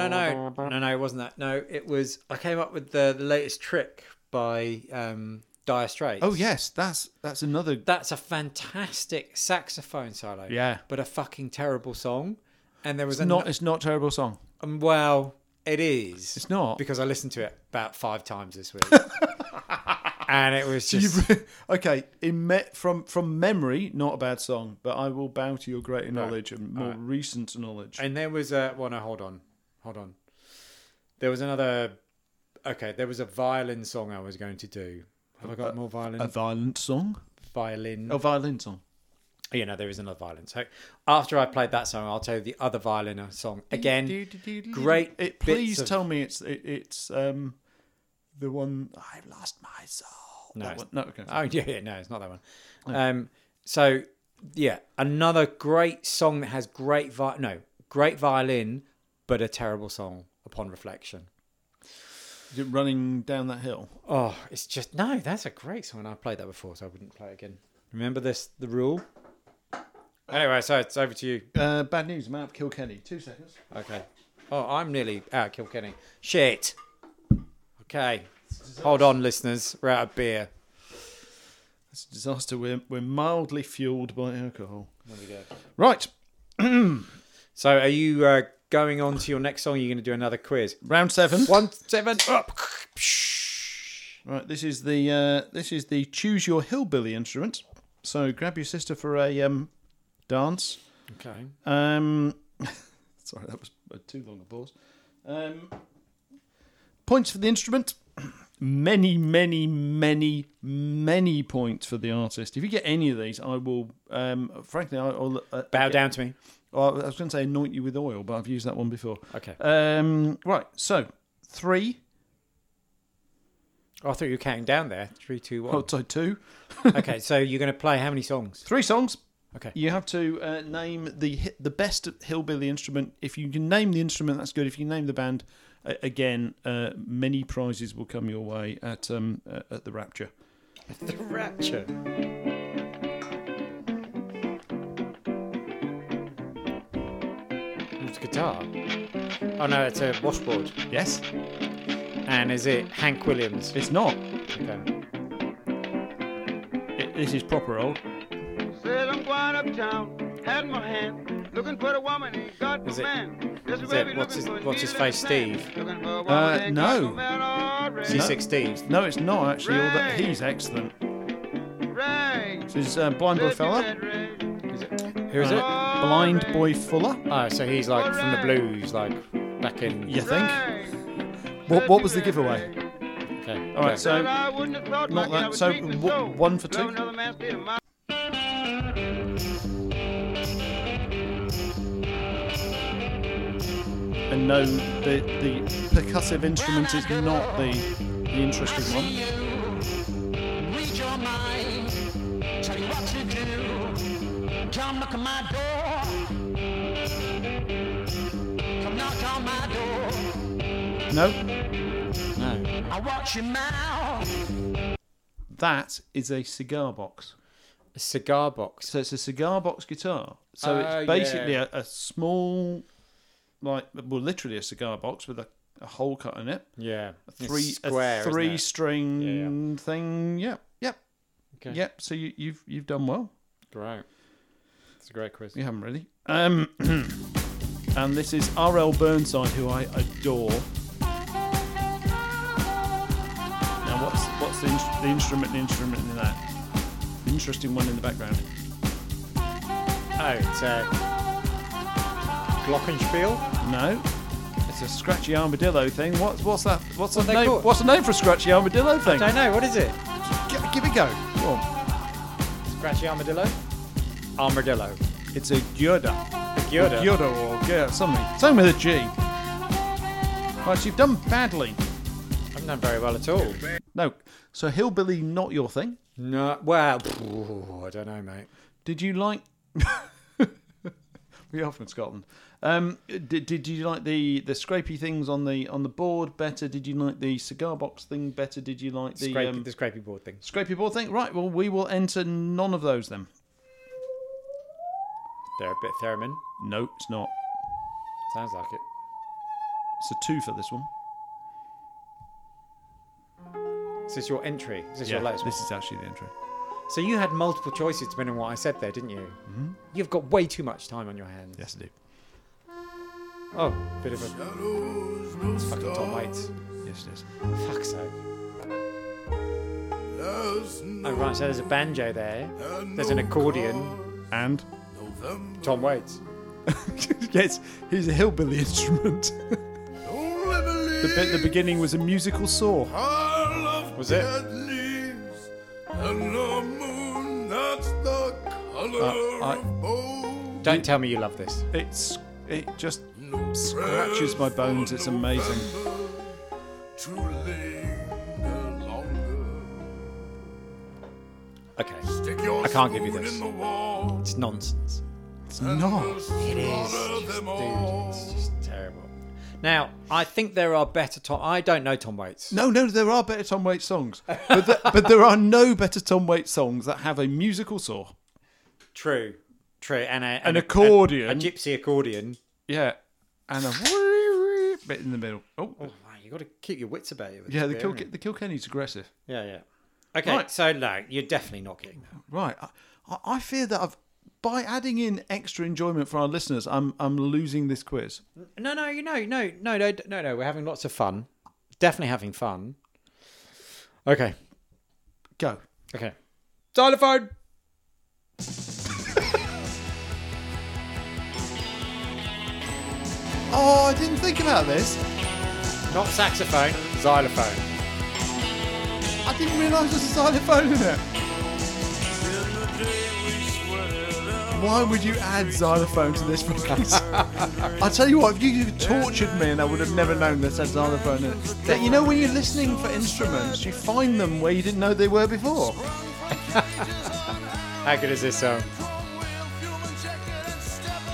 no, no. It wasn't that. No, it was. I came up with the, the latest trick by um, Dire Straits.
Oh yes, that's that's another.
that's a fantastic saxophone solo.
Yeah.
but a fucking terrible song. And there was a
Not it's not a terrible song.
Um, well, it is.
It's not.
because I listened to it about five times this
[LAUGHS]
week, and it was just.
You've- [LAUGHS] okay, in me, from from memory, not a bad song, but I will bow to your greater knowledge and more recent knowledge.
And there was a well, no, hold on, hold on. There was another. Okay, there was a violin song I was
uh,
going to do. Have I got more violin?
a violent song.
violin.
A violin song.
Oh, yeah, no, there is another violin. So after I played that song, I'll tell you the other violin uh, song again. great
It,
bits
please
of-
tell me it's it, it's um the one I've lost my soul.
No,
That
it's-
one- no, okay.
Oh [LAUGHS] yeah, yeah, no, it's not that one. Um, so yeah, another great song that has great vi- no great violin, but a terrible song upon reflection.
You're running down that hill.
Oh, it's just no. That's a great song. and I played that before, so I wouldn't play it again. Remember this the rule. Anyway, so it's over to you.
Uh, bad news. I'm out of Kilkenny. Two seconds.
Okay. Oh, I'm nearly out of Kilkenny. Shit. Okay. Hold on, listeners. We're out of beer.
It's a disaster. We're we're mildly fueled by alcohol.
There we go.
Right.
So, are you uh, going on to your next song? You're going to do another quiz.
Round seven.
One seven up.
Right. This is the uh, this is the choose your hillbilly instrument. So grab your sister for a um dance.
Okay.
Um, [LAUGHS] sorry, that was a too long a pause. Um, points for the instrument. [CLEARS THROAT] Many, many, many, many points for the artist. If you get any of these, I will. Um, frankly, I, I'll uh,
Bow down to me.
Well, I was going to say anoint you with oil, but I've used that one before.
Okay.
Um, right. So three.
Oh, I thought you were counting down there. Three, two,
Oh, [LAUGHS]
one.
sorry, two.
Okay, so you're going to play how many songs?
Three songs.
Okay.
You have to uh, name the hi- the best hillbilly instrument. If you can name the instrument, that's good. If you name the band, uh, again, uh, many prizes will come your way at um, uh, at the Rapture.
The Rapture. It's a guitar. Oh no, it's a washboard.
Yes,
And is it Hank Williams?
it's not.
Okay.
It, this is proper old.
Said I'm going uptown, had my hand, looking for the woman and got
Is
the
it-
man. This
is
way
it-
we
what's
looking
his-
for,
what's his
needle in
face,
the sand.
Steve?
Looking for a woman
Uh,
and got
no.
man already.
C6 Steve.
No, it's not actually. All that
Right.
he's excellent.
Ray,
This is uh, Blind Boy
said you
Fella.
had Ray.
Who is it?
Blind Boy Fuller.
Oh, so he's like from the blues, like back in.
You think?
Ray,
What,
said
what
you
was the
had
giveaway?
Ray.
Okay.
All right,
Said
so
I wouldn't have thought
not
like
that.
I was
So,
treating
w-
soul.
one for
Love
two?
another man's state of mind.
and no, the the percussive instrument is not the the interesting one.
Read your mind, tell you what to do. Come knock on my door. Come knock on my door.
No,
No.
I watch your mouth.
that is a cigar box.
A cigar box.
So it's a cigar box guitar. So
Oh,
it's basically a, a small, like well, literally a cigar box with a, a hole cut in it,
Yeah. It's
three
square.
a
isn't
3
it?
string
Yeah,
thing. Yep, yep,
Okay.
yep. So you, you've you've done well.
Great. It's a great quiz.
You haven't really. Um, [CLEARS THROAT] and this is R.L. Burnside, who I adore. Now, what's what's the, in- the instrument? The instrument in that. The Interesting one in the background.
Oh, it's uh, Glockenspiel.
No. It's a scratchy armadillo thing. What's what's that? What's the
they
name?
called?
What's the name for a scratchy armadillo thing?
Don't know. What is it?
G- give it a go. Go on.
Scratchy armadillo. Armadillo.
It's a gyuda.
Gyuda.
Gyuda or gyuda, something. Something with a G. Right, you've done badly.
I've done very well at all.
No. So hillbilly, not your thing.
No. Well, phew, I don't know, mate.
Did you like? [LAUGHS] we are from Scotland. Um, did, did you like the the scrapey things on the on the board better? Did you like the cigar box thing better? Did you like the
Scrapey,
um,
the scrapey board thing.
scrapey board thing? Right. Well, we will enter none of those then.
They're a bit theremin.
No, it's not.
Sounds like it.
It's a two for this one.
Is this your entry? Is this your latest one?
this is actually the intro.
So you had multiple choices depending on what I said there, didn't you? Mm-hmm. You've got way too much time on your hands.
Yes, I do.
Oh, bit of a It's fucking Tom Waits.
Yes, it is.
Fuck so. Oh right, so there's a banjo there. There's an accordion.
And
Tom [LAUGHS] Waits.
yes, he's a hillbilly instrument. the bit at the beginning was a musical saw.
Was it? [LAUGHS]
leaves and the moon that's the color
I,
Don't tell me you love this.
it's it just scratches my bones. It's amazing.
Okay. I can't give you this. It's nonsense.
It's not.
It is. Just, dude, it's just terrible. Now, I think there are better Tom. I don't know Tom Waits.
No, no, there are better Tom Waits songs, but there, but there are no better Tom Waits songs that have a musical saw.
True. True. And a,
An
and a-
accordion.
A, gypsy accordion.
Yeah, and a [LAUGHS] bit in the middle. Oh,
Wow, you got to keep your wits about you. with
yeah,
this
the
bit,
kill
haven't you?
the Kilkenny's aggressive.
Yeah, yeah. Okay,
Right.
so no, you're definitely not getting that.
Right, I- I, I fear that I've by adding in extra enjoyment for our listeners, I'm I'm losing this quiz.
No, no, you know, no, no, no, no, no. We're having lots of fun. Definitely having fun. Okay,
Go.
okay. Xylophone.
Oh, I didn't think about this.
Not saxophone, xylophone.
I didn't realise there's a xylophone in it. Why would you add xylophone to this [LAUGHS] podcast? I tell you what, if you you tortured me and I would have never known this had xylophone in it. That- You know, when you're listening for instruments, you find them where you didn't know they were before.
How good is this song?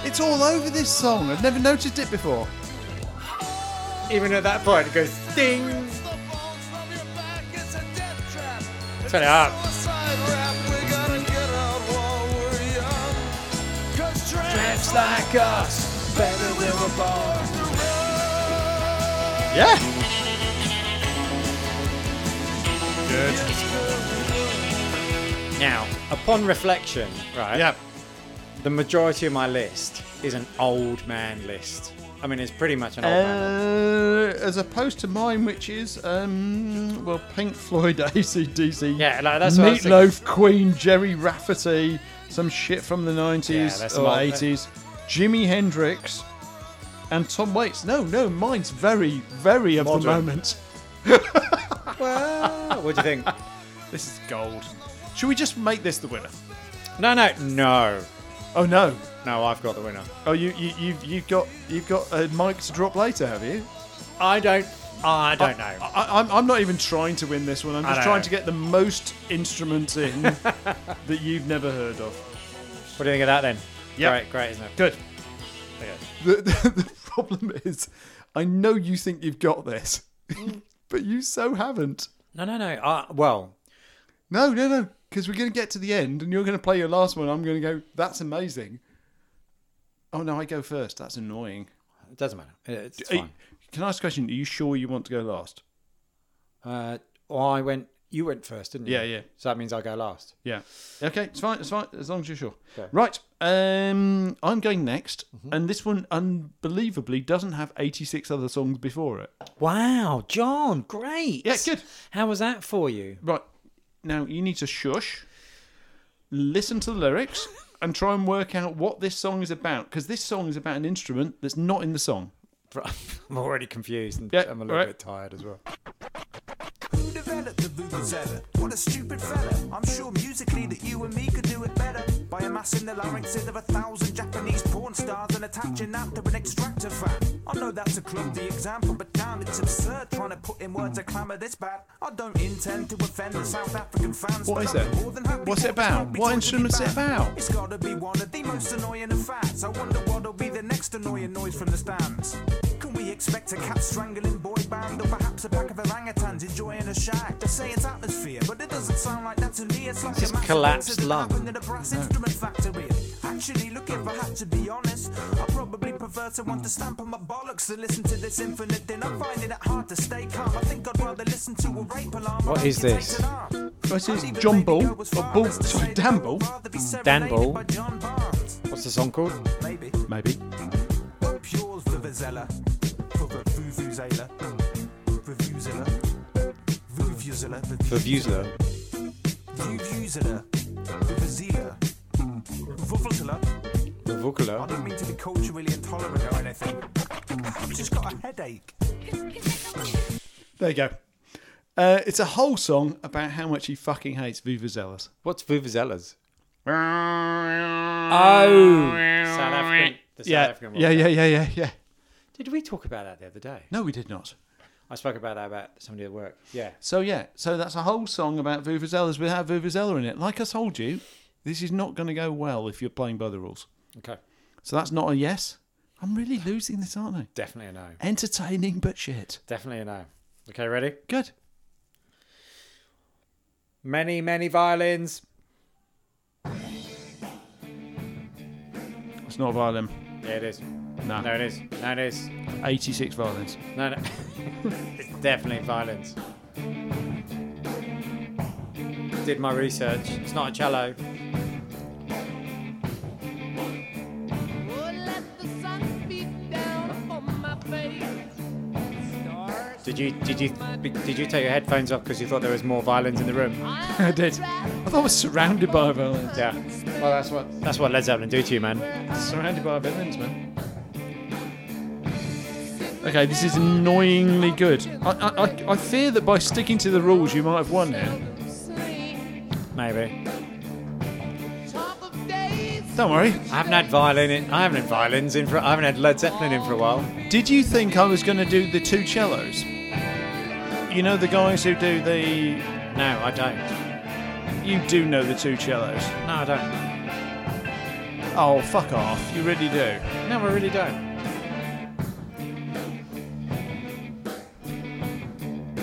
It's all over this song. I've never noticed it before.
Even at that point, it goes ding. Turn it up. Yeah. Good. Now, upon reflection, right? The majority of my list is an old man list. I mean, it's pretty much an old Oh, man. list.
Uh, as opposed to mine, which is um, well, Pink Floyd, [LAUGHS] ACDC,
Yeah, like, that's what I was thinking.
Meatloaf, Queen, Jerry Rafferty, some shit from the
Yeah,
nineties
that's
or
not-
eighties, Jimi Hendrix, and Tom Waits. No, no, mine's very, very of the
Modern.
moment.
Well, what do you [LAUGHS] think?
This is gold. Should we just make this the winner?
No, no, no,
Oh no!
no. I've got the winner.
Oh, you, you, you've, you've got, you've got a mic to drop later, have you?
I don't. I don't know.
I, I'm, I'm not even trying to win this one. I'm
I
just
know.
trying to get the most
[LAUGHS]
instruments in that you've never heard of.
What do you think of that then?
Yeah.
Great, great, isn't it?
Good. The, the, the problem is, I know you think you've got this, [LAUGHS] but you so haven't.
No, no, no. Uh, well,
No, no, no. Because we're going to get to the end and you're going to play your last one. I'm going to go, that's amazing. Oh, no, I go first. That's annoying.
it doesn't matter. It's
Are you-
fine.
can I ask a question? Are you sure you want to go last?
Uh, well, I went. You went first, didn't you?
Yeah, yeah.
So that means I go last.
Yeah. Okay, it's fine. It's fine as long as you're sure. Right. Um, I'm going next, and this one unbelievably doesn't have 86 other songs before it.
Wow, John, great.
Yeah, good.
How was that for you? [LAUGHS]
Right. Now you need to shush, listen to the lyrics, and try and work out what this song is about because this song is about an instrument that's not in the song.
I'm already confused and
Yeah,
I'm a little
right.
bit tired as well.
Who developed the vuvuzela? What a stupid fella. I'm sure musically that you and me could do it better by amassing the larynxes of a thousand Japanese porn stars and attaching that to an extractor fan. I know that's a clumsy example, but damn, it's absurd trying to put in words a clamour this bad. I don't intend to offend the South African fans.
What
but
is
I'd
it?
be more than happy
What's it
for
about?
Toby
What
Todd to be
instrument's it
back.
about?
It's gotta be one of the most annoying of fads. I wonder what'll be the next annoying noise from the stands. Can we expect a cat strangling boy band or perhaps a pack of orangutans enjoying a shack? They say it's atmosphere, but it doesn't sound like that to me. It's like
Just
a massive
collapsed
incident
lung.
happened in a brass instrument factory. Actually, look if I had to be honest, I probably prefer to want to stamp on my bollocks than listen to this infinite thing. I'm finding it hard to stay calm. I think I'd rather listen to a rape alarm.
What
What
is
is
this?
This is John Bull or Bull, sorry, Dan Bull,
Dan Bull.
John Barnes.
What's the song called?
Maybe.
maybe.
Up yours, Vuvuzela. For the Vuvuzela. Vuvuzela.
Vuvuzela.
Vuvuzela. Vuvuzela. Vuvuzela. Vuvuzela. I
Vuvuzela.
don't mean to be culturally intolerant or anything. I've just got a headache.
There you go. Uh, it's a whole song about how much he fucking hates vuvuzelas.
What's Vuvuzelas? Oh, South African. The South African World Cup.
yeah, yeah, yeah, yeah, yeah.
Did we talk about that the other day?
No, we did not.
I spoke about that about somebody at work. Yeah.
So yeah, so that's a whole song about vuvuzelas without vuvuzela in it. Like I told you, this is not going to go well if you're playing by the rules.
Okay.
So that's not a yes. I'm really losing this, aren't I?
Definitely a no.
Entertaining, but shit.
Definitely a no. Okay, ready?
Good.
Many, many violins.
It's not a violin.
Yeah, it is.
No.
No, it is. No, it is.
86 violins. [LAUGHS]
No, [LAUGHS] no. it's definitely violins. Did my research. It's not a cello.
[LAUGHS]
Did you did you did you take your headphones off because you thought there was more violins in the room?
I did. I thought I was surrounded by violins.
Yeah.
Well, that's what.
That's what Led Zeppelin do to you, man.
Surrounded by villains, man. Okay, this is annoyingly good. I, I, I, I fear that by sticking to the rules, you might have won now.
Maybe.
Don't worry.
I haven't had violin in. I haven't had violins in for. I haven't had Led Zeppelin in for a while.
Did you think I was going to do the two cellos? You know the guys who do the.
No, I don't.
You do know the two cellos.
No, I don't.
Oh, fuck off. You really do.
No, I really don't.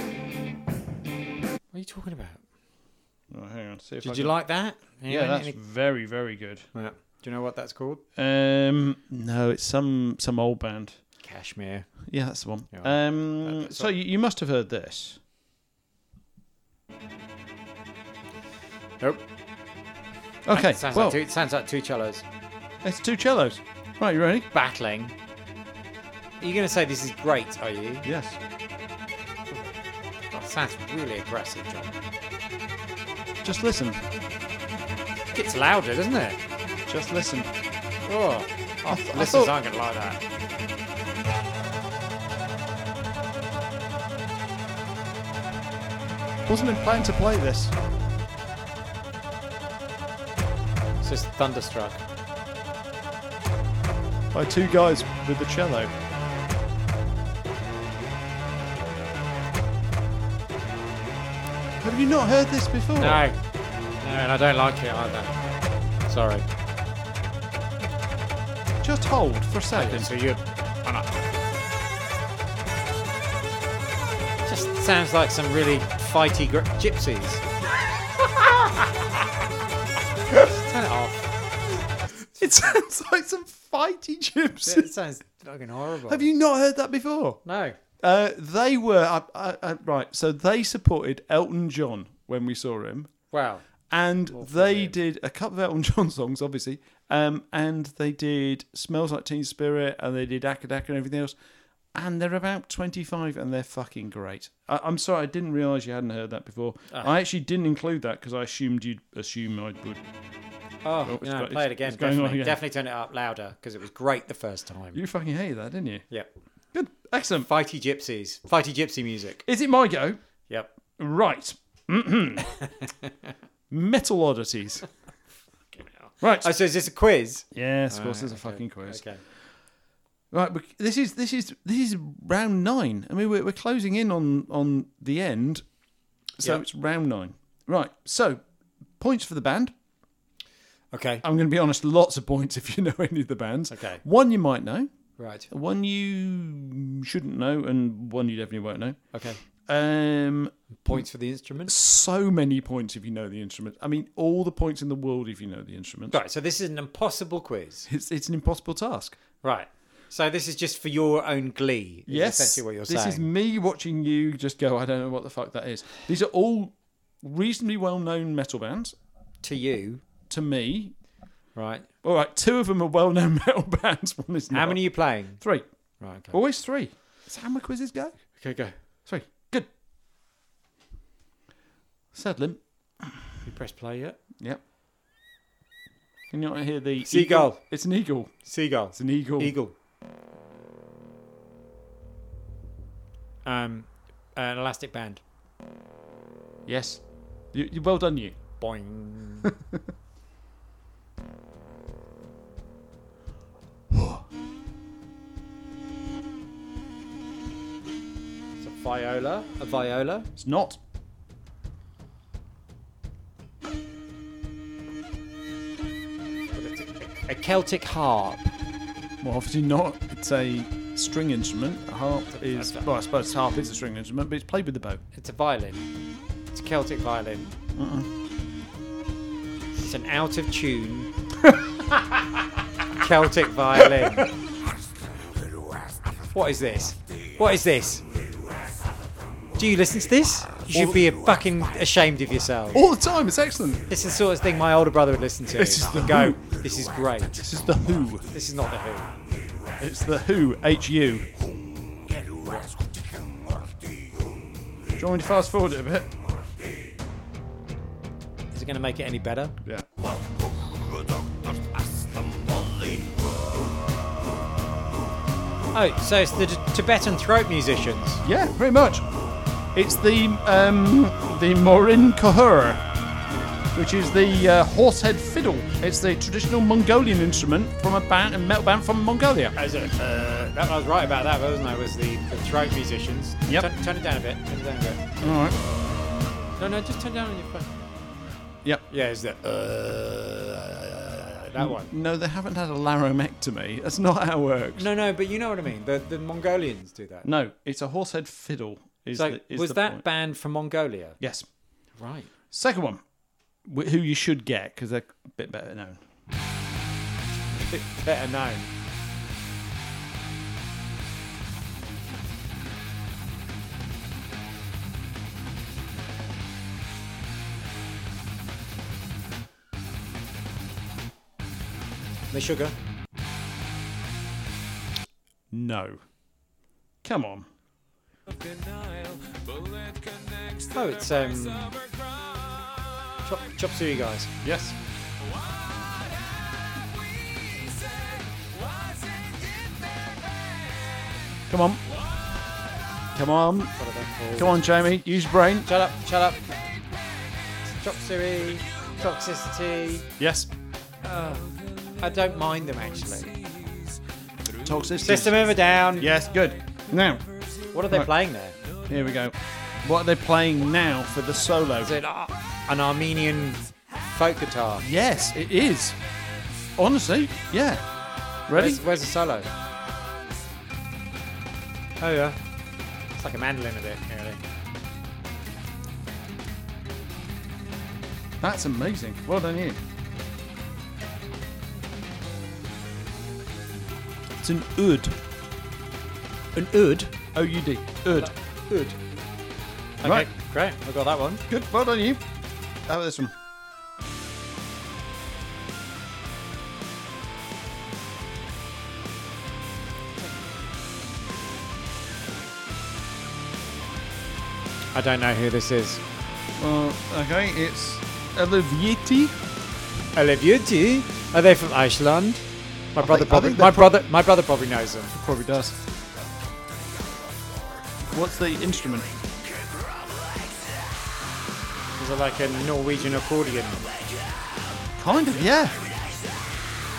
What are you talking about?
Oh, hang on. See if I
Did you
can-
like that?
Yeah,
Anyone-
that's
any-
very, very good.
Yeah. Do you know what that's called?
Um, no, it's some some old band.
Cashmere.
Yeah, that's the one.
Yeah.
um,
That's
so you, you must have heard this.
Nope.
Okay,
Sounds
well,
like two, sounds like two cellos
it's two cellos. Right, you ready?
battling. Are you going to say this is great? Are you?
Yes.
That sounds really aggressive, John.
Just listen.
It gets louder, doesn't it?
Just listen.
Oh,
I th- I
listeners
thought-
aren't going to like that.
Wasn't in plan to play this.
It's just thunderstruck.
by two guys with the cello. Have you not heard this before?
No, no, and I don't like it either. Sorry.
Just hold for a second.
So you, just sounds like some really fighty gr- gypsies. [LAUGHS] Just turn it off.
It [LAUGHS] sounds like some fighty
It
gypsies.
sounds fucking horrible.
Have you not heard that before?
No.
Uh, they were I, I, I, right. So they supported Elton John when we saw him,
Wow.
and they did a couple of Elton [LAUGHS] John songs, obviously. Um, and they did "Smells Like Teen Spirit" and they did "Akka Daka" and everything else. And they're about twenty-five, and they're fucking great. I, I'm sorry, I didn't realise you hadn't heard that before.
Ah.
I actually didn't include that because I assumed you'd assume I would.
Oh,
it's
no,
got-
play it
it's-
again.
it's going on
Definitely,
again.
definitely turn it up louder because it was great the first time.
You fucking hated that, didn't you?
Yep.
Good, excellent.
Fighty gypsies. Fighty gypsy music.
Is it my go?
Yep. [LAUGHS]
Right. Mm-hmm. Metal oddities. Right.
Oh, so is this a quiz?
Yes, of course. There's a fucking quiz.
Okay.
Right, but this is this is this is round nine. I mean, we're, we're closing in on on the end, so
Yep.
it's round nine. Right, so points for the band.
Okay.
I'm going to be honest, lots of points [LAUGHS] if you know any of the bands.
Okay.
one you might know,
Right.
one you shouldn't know, and one you definitely won't know.
Okay.
Um,
Points for the instruments.
so many points if you know the instrument. I mean, all the points in the world if you know the instrument.
Right. So this is an impossible quiz.
It's it's an impossible task.
Right. So this is just for your own glee. Is
Yes,
Essentially what you're
this
saying.
is me watching you just go. I don't know what the fuck that is. These are all reasonably well-known metal bands
to you.
to me.
Right.
All right, two of them are well-known [LAUGHS] metal bands. One is
How
not.
many are you playing?
Three.
Right. Okay.
Always three. That's how my quizzes go.
Okay. Go.
Three. Good. Sad limp.
You press play yet?
Yep. Can you not hear the
Seagull.
eagle? It's an eagle.
Seagull.
It's an eagle.
Eagle. Um, an elastic band. [LAUGHS]
Yes. You, you well done, you.
Boing. Viola. A viola.
It's not.
A Celtic harp.
Well, obviously not. It's a string instrument. A harp is. Well, I suppose harp is a string instrument, but it's played with the bow.
It's a violin. It's a Celtic violin. It's an out of tune [LAUGHS] Celtic violin. What is this? What is this? Do you listen to this? You should be fucking ashamed of yourself.
All the time. It's excellent.
This is the sort of thing my older brother would listen to.
This is the
and go,
Who.
this is great.
This is the Who.
This is not the Who.
It's the Who. H U. Do you want me to fast forward it a bit?
Is it going to make it any better?
Yeah.
Oh, so it's the t- Tibetan throat musicians.
Yeah, pretty much. It's the um, the Morin Kahur, which is the uh, horsehead fiddle. It's the traditional Mongolian instrument from a band, a metal band from Mongolia.
As a, uh, that, I was right about that, wasn't I? Was the, the throat musicians?
Yep.
Turn, turn it down a bit. Turn it down a
All right.
bit. No, no, just turn down on your phone.
Yep.
Yeah, it's the uh, that one.
No, they haven't had a laryngectomy. That's not how it works.
No, no, but you know what I mean. The the Mongolians do that.
No, it's a horsehead fiddle. Is
so
the- is
was
the
that
point.
banned from Mongolia?
Yes.
Right.
Second one, wh- who you should get because they're a bit better known.
Better known. The sugar.
No. Come on.
Oh, it's um. Chop, chop suey guys.
Yes. Come on. Come on.
What are they called?
Come on, Jamie. Use your brain.
Shut up, shut up. Chop suey, toxicity.
Yes.
I don't mind them actually.
Toxicity.
System of a down.
Yes, good. Now,
What are they
Right.
playing there?
here we go. What are they playing now for the solo?
Is it uh, an Armenian folk guitar?
Yes, it is. Honestly, yeah. Ready?
Where's, where's the solo? Oh yeah. It's like a mandolin a bit, really.
That's amazing. Well done you. It's an oud.
An oud.
O U D. Oud.
Oud. Okay,
Right.
great. I got that one.
Good. Well done you. How about this one?
I don't know who this is.
Well, okay, it's Olivieti.
Olivier T. Are they from Iceland? My brother
I
probably.
think
My
they're
brother. My brother probably knows them.
Probably does. What's the instrument?
Is it like a Norwegian accordion,
Kind of, yeah.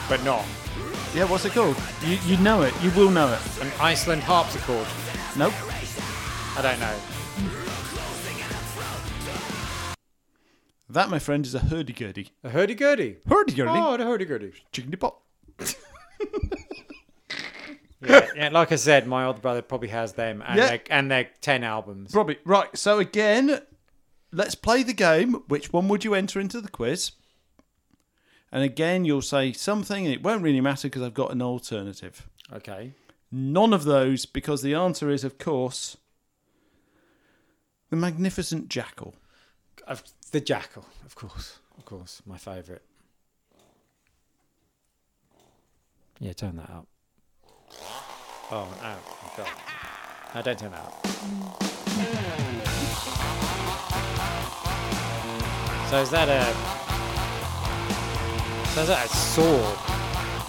but not
Yeah, what's it called? You, you know it. You will know it.
an Iceland harpsichord?
Nope.
I don't know.
That, my friend, is a hurdy-gurdy.
A hurdy-gurdy.
Hurdy-gurdy?
Oh, the hurdy-gurdy.
Chickeny pop.
Yeah, yeah, like I said, my older brother probably has them and,
Yeah.
their, and their 10 albums.
Robbie, right. So again, let's play the game. Which one would you enter into the quiz? And again, you'll say something, and it won't really matter because I've got an alternative.
Okay.
None of those, because the answer is, of course, the Magnificent Jackal.
Of- The Jackal, of course. Of course. My favourite. Yeah, turn that up. Oh, no. Oh, God. No, don't turn that up. So is that a... So is that a sword?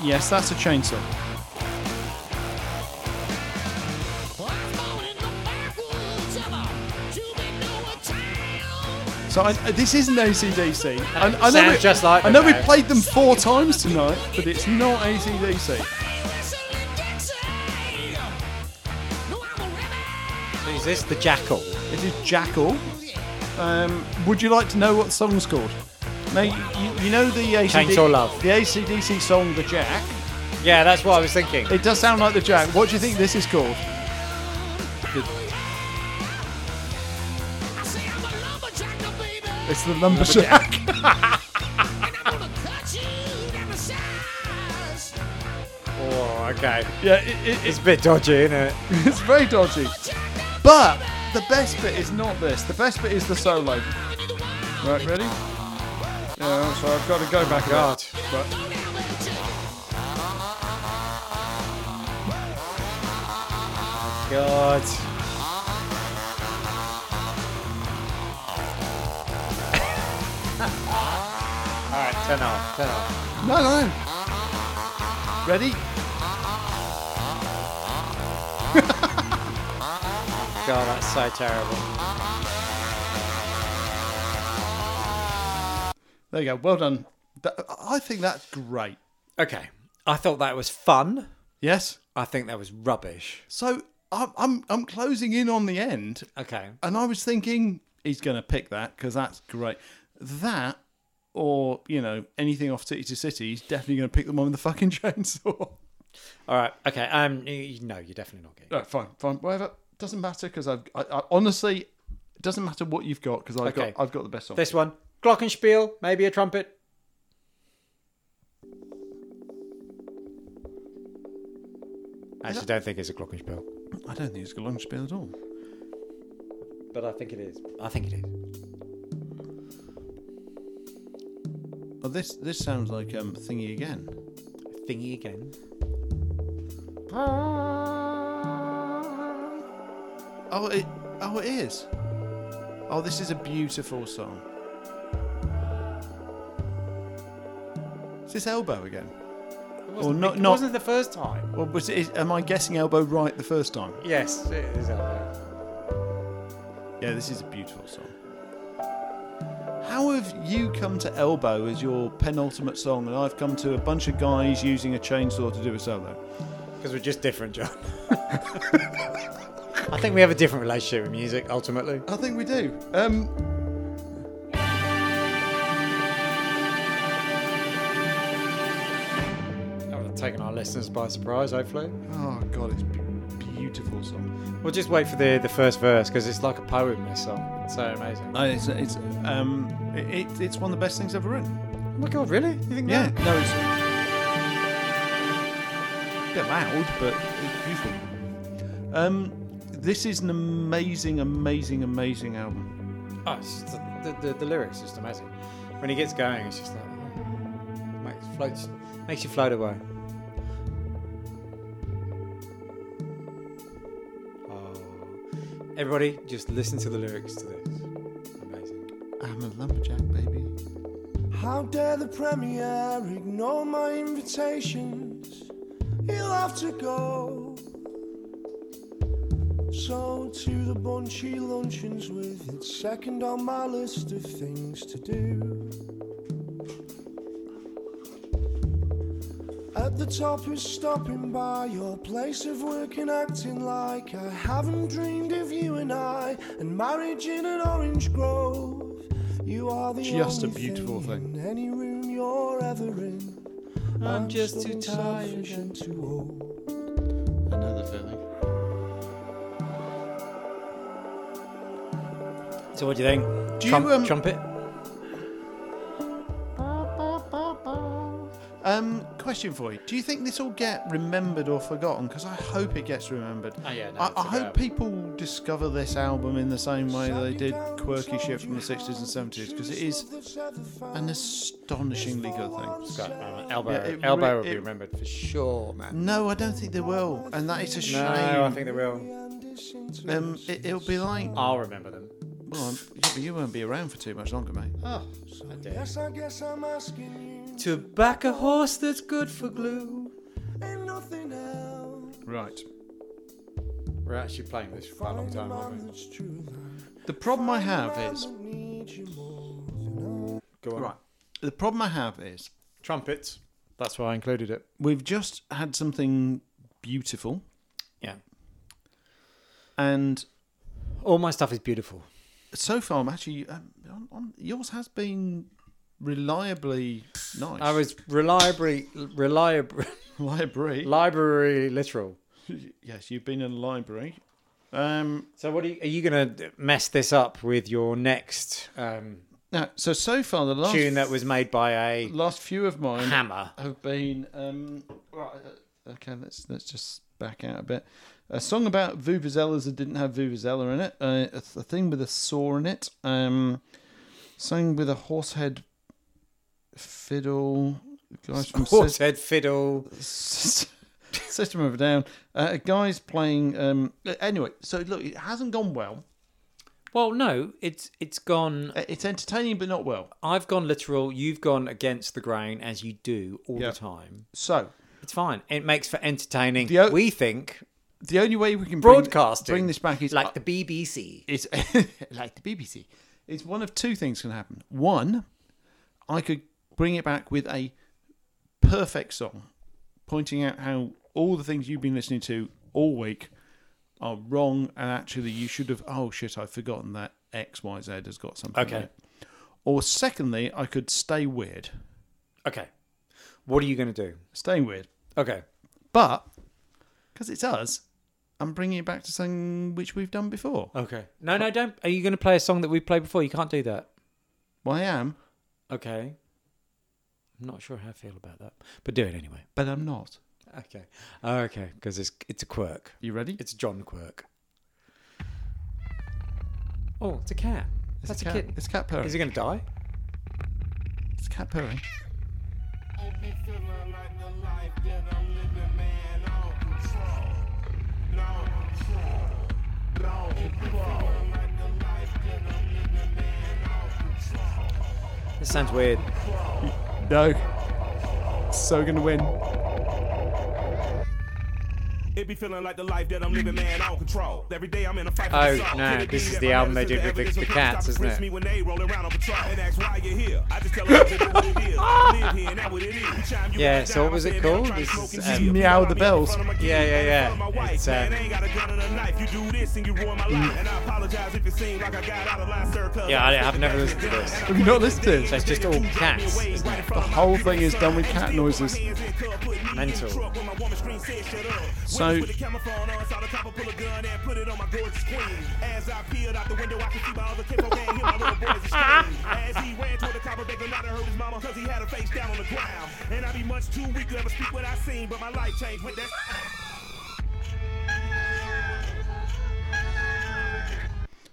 Yes, that's a chainsaw. So I, uh, this isn't ACDC. I, I know
Sounds just like
I
them,
know we
though.
played them four times tonight, but it's not ACDC.
These is this? The Jackal.
It is Jackal. Um, would you like to know what the song's called? Now, you, you know the ACD,
Chainsaw Love.
The ACDC song, The Jack.
Yeah, that's what I was thinking.
It does sound like The Jack. What do you think this is called? It's the number jack.
Oh, okay.
yeah, it, it,
It's a bit dodgy, isn't it?
[LAUGHS] it's very dodgy. But the best bit is not this. The best bit is the solo. Right, ready? Yeah, so I've got to go back up.
Oh, God. God. Alright, turn off, turn off.
No, no. Ready?
Oh, God, that's so terrible.
There you go. Well done. That, I think that's great.
Okay. I thought that was fun.
Yes.
I think that was rubbish.
So I'm I'm I'm closing in on the end,
Okay.
and I was thinking he's going to pick that because that's great. That or you know anything off City to City, he's definitely going to pick the one with the fucking [LAUGHS] chainsaw.
Alright, okay. Um y- y- no, you're definitely not getting it.
no, fine, fine, whatever. Doesn't matter because I've I, I, honestly it doesn't matter what you've got because I've
Okay.
got I've got the best song.
This one. Glockenspiel, maybe a trumpet. Actually, don't think it's a Glockenspiel.
I don't think it's a long spiel at all.
But I think it is. I think it is.
Oh, this this sounds like um thingy again.
Thingy again.
Oh, it oh it is. Oh, this is a beautiful song. Is this elbow again?
It
Or
wasn't,
not-
it
not-
wasn't the first time.
Or was it, is, am I guessing elbow right the first time?
Yes, it is out there.
Yeah, this is a beautiful song. How have you come to elbow as your penultimate song, and I've come to a bunch of guys using a chainsaw to do a solo?
Because we're just different, [LAUGHS] John. I think we have a different relationship with music, ultimately.
I think we do. Um,
That would have taken our listeners by surprise, hopefully.
oh god, it's a beautiful song.
We'll just wait for the, the first verse, because it's like a poem, this song. It's so amazing.
Uh, it's it's um, it, it, it's one of the best things ever written.
Oh my god, really? You think
Yeah,
that?
no, it's a bit loud, but it's beautiful. Um, this is an amazing, amazing, amazing album.
Oh, it's just the, the, the, the lyrics are just amazing. When he gets going, it's just like. oh, Makes, floats, makes you float away. Oh. Everybody, just listen to the lyrics to this. Amazing.
I'm a lumberjack, baby.
How dare the Premier ignore my invitations? He'll have to go. So to the bunchy luncheons with it's second on my list of things to do. At the top is stopping by your place of work and acting like I haven't dreamed of you and I and marriage in an orange grove. You are the
Just a
only
beautiful thing.
in any room you're ever in.
I'm just
still
too tired
selfish and too old.
Another feeling.
So, what do you think?
Do you, um,
trumpet?
Um, question for you: Do you think this will get remembered or forgotten? Because I hope it gets remembered.
Oh, yeah, no,
I,
it's
I
okay.
hope people discover this album in the same way they did quirky shit from the '60s and '70s, because it is an astonishingly good thing.
elbow,
Yeah, it
elbow
re-
will be
it-
remembered for sure, man.
No, I don't think they will, and that is a shame.
No, I think they will.
Um, it, it'll be like,
I'll remember them.
well, um, yeah, but you won't be around for too much longer, mate.
Oh, I dare.
Yes, I guess I'm asking you.
To back a horse that's good for glue.
Ain't nothing else.
Right.
We're actually playing this for quite a long time, aren't we?
It's true.
The problem I have is
I need you more than I
Go on.
right. The problem I have is
Trumpets. That's why I included it.
we've just had something beautiful,
Yeah.
and
All my stuff is beautiful.
So far, I'm actually um, on, on, yours has been reliably nice.
I was reliably, reliably,
library.
library literal.
yes, you've been in a library. Um,
So what are you, are you going to mess this up with your next um,
now, so so far
Oh.
the last
tune that was made by a
last few of mine
hammer?
have been um, right, uh, okay. Let's let's just back out a bit. A song about vuvuzelas that didn't have vuvuzela in it. Uh, a, th- a thing with a saw in it. Um, sang with a horsehead fiddle. Guys from Sis-
Horsehead fiddle.
[LAUGHS] System of a Down. Uh, a guy's playing. Um, anyway, so look, it hasn't gone well.
Well, no, it's it's gone.
Uh, It's entertaining, but not well.
I've gone literal. You've gone against the grain as you do all
Yeah.
the time.
So
It's fine. It makes for entertaining.
The o-
we think
the only way we can bring-
broadcasting.
bring, this back is
like the BBC.
It's [LAUGHS] like the BBC. It's one of two things can happen. One, I could bring it back with a perfect song, pointing out how all the things you've been listening to all week are wrong, and actually you should have. Oh shit, I've forgotten that X Y Z has got something. on
Okay.
it. Or secondly, I could stay weird,
Okay. What are you going to do?
staying weird,
Okay.
but because it's us, I'm bringing it back to something which we've done before.
Okay. No, no, don't. Are you going to play a song that we played before? You can't do that.
Well, I am,
Okay. I'm not sure how I feel about that, but do it anyway.
but I'm not.
Okay. Okay, because it's it's a quirk.
You ready?
It's John Quirk. Oh, it's a cat. That's a,
cat,
kitten.
It's cat purring.
Is he going to die?
It's cat purring.
This sounds weird.
No. So gonna win.
It be feeling like the life that I'm living, man, I don't control. Every day I'm in a fight for
Oh,
the soul.
no,
Could it be
this is
that
the
my
album they
medicine,
did with the-
evidence of
the
crime
cats,
stops
isn't
frisk
it?
Me when they roll around on patrol and ask why you're here. I just tell 'em to do what it
[LAUGHS]
is. I live here, and that what it is. Each time you
Yeah,
ride
so
down,
what was
I'm
it
saying, man, I'm
called?
trying to
This
smoke
is,
and
um,
chill.
Meow
Put
the
me in front
Bells.
of my kids,
Yeah, yeah,
in front of
yeah.
my wife,
It's,
man,
um,
I ain't gotta gun in a knife. You do this and you ruin my life. And I apologize if it seems like I got out of line, sir, 'cause
Yeah, I-
I'm
I've never
sick of
listened to this.
Have you not listened to
So
it?
it's just all cats. isn't it?
The whole thing is done with cat noises.
Mental.
So-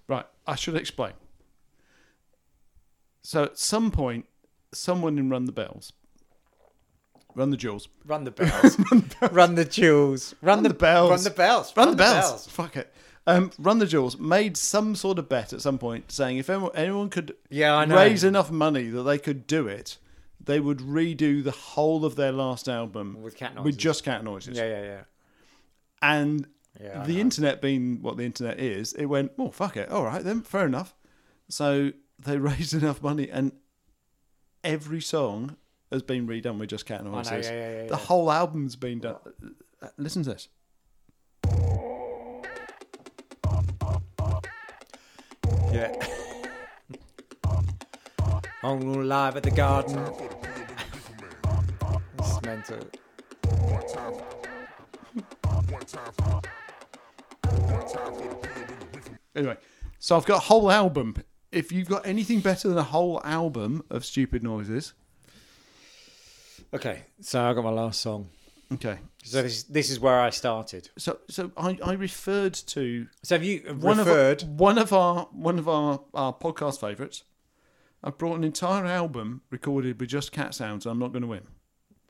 Right, I should explain. So at some point, someone in Run the Bells, Run the Jewels,
Run the bells.
[LAUGHS]
run the jewels. Run,
Run the Bells,
Run the bells.
Run, the, bells. Fuck it. Um, Run the Jewels made some sort of bet at some point saying if anyone, anyone could
Yeah, I know.
raise enough money that they could do it, they would redo the whole of their last album
With cat
With
noises.
just cat noises.
Yeah, yeah, yeah.
And
Yeah, I
the internet being what the internet is, it went, well, fuck it. All right, then, fair enough. So they [LAUGHS] raised enough money, and every song has been redone with just cat noises.
yeah, yeah, yeah,
the
yeah.
whole album's been done. Uh, Listen to this.
Yeah. [LAUGHS] On live at the garden. [LAUGHS] this is mental.
Anyway, so I've got a whole album. If you've got anything better than a whole album of stupid noises,
Okay, so I got my last song.
okay.
So this this is where I started.
So, so I, I referred to
So have you
one
referred?
of our, one of our one of our, our podcast favourites. I brought an entire album recorded with just cat sounds. I'm not going to win.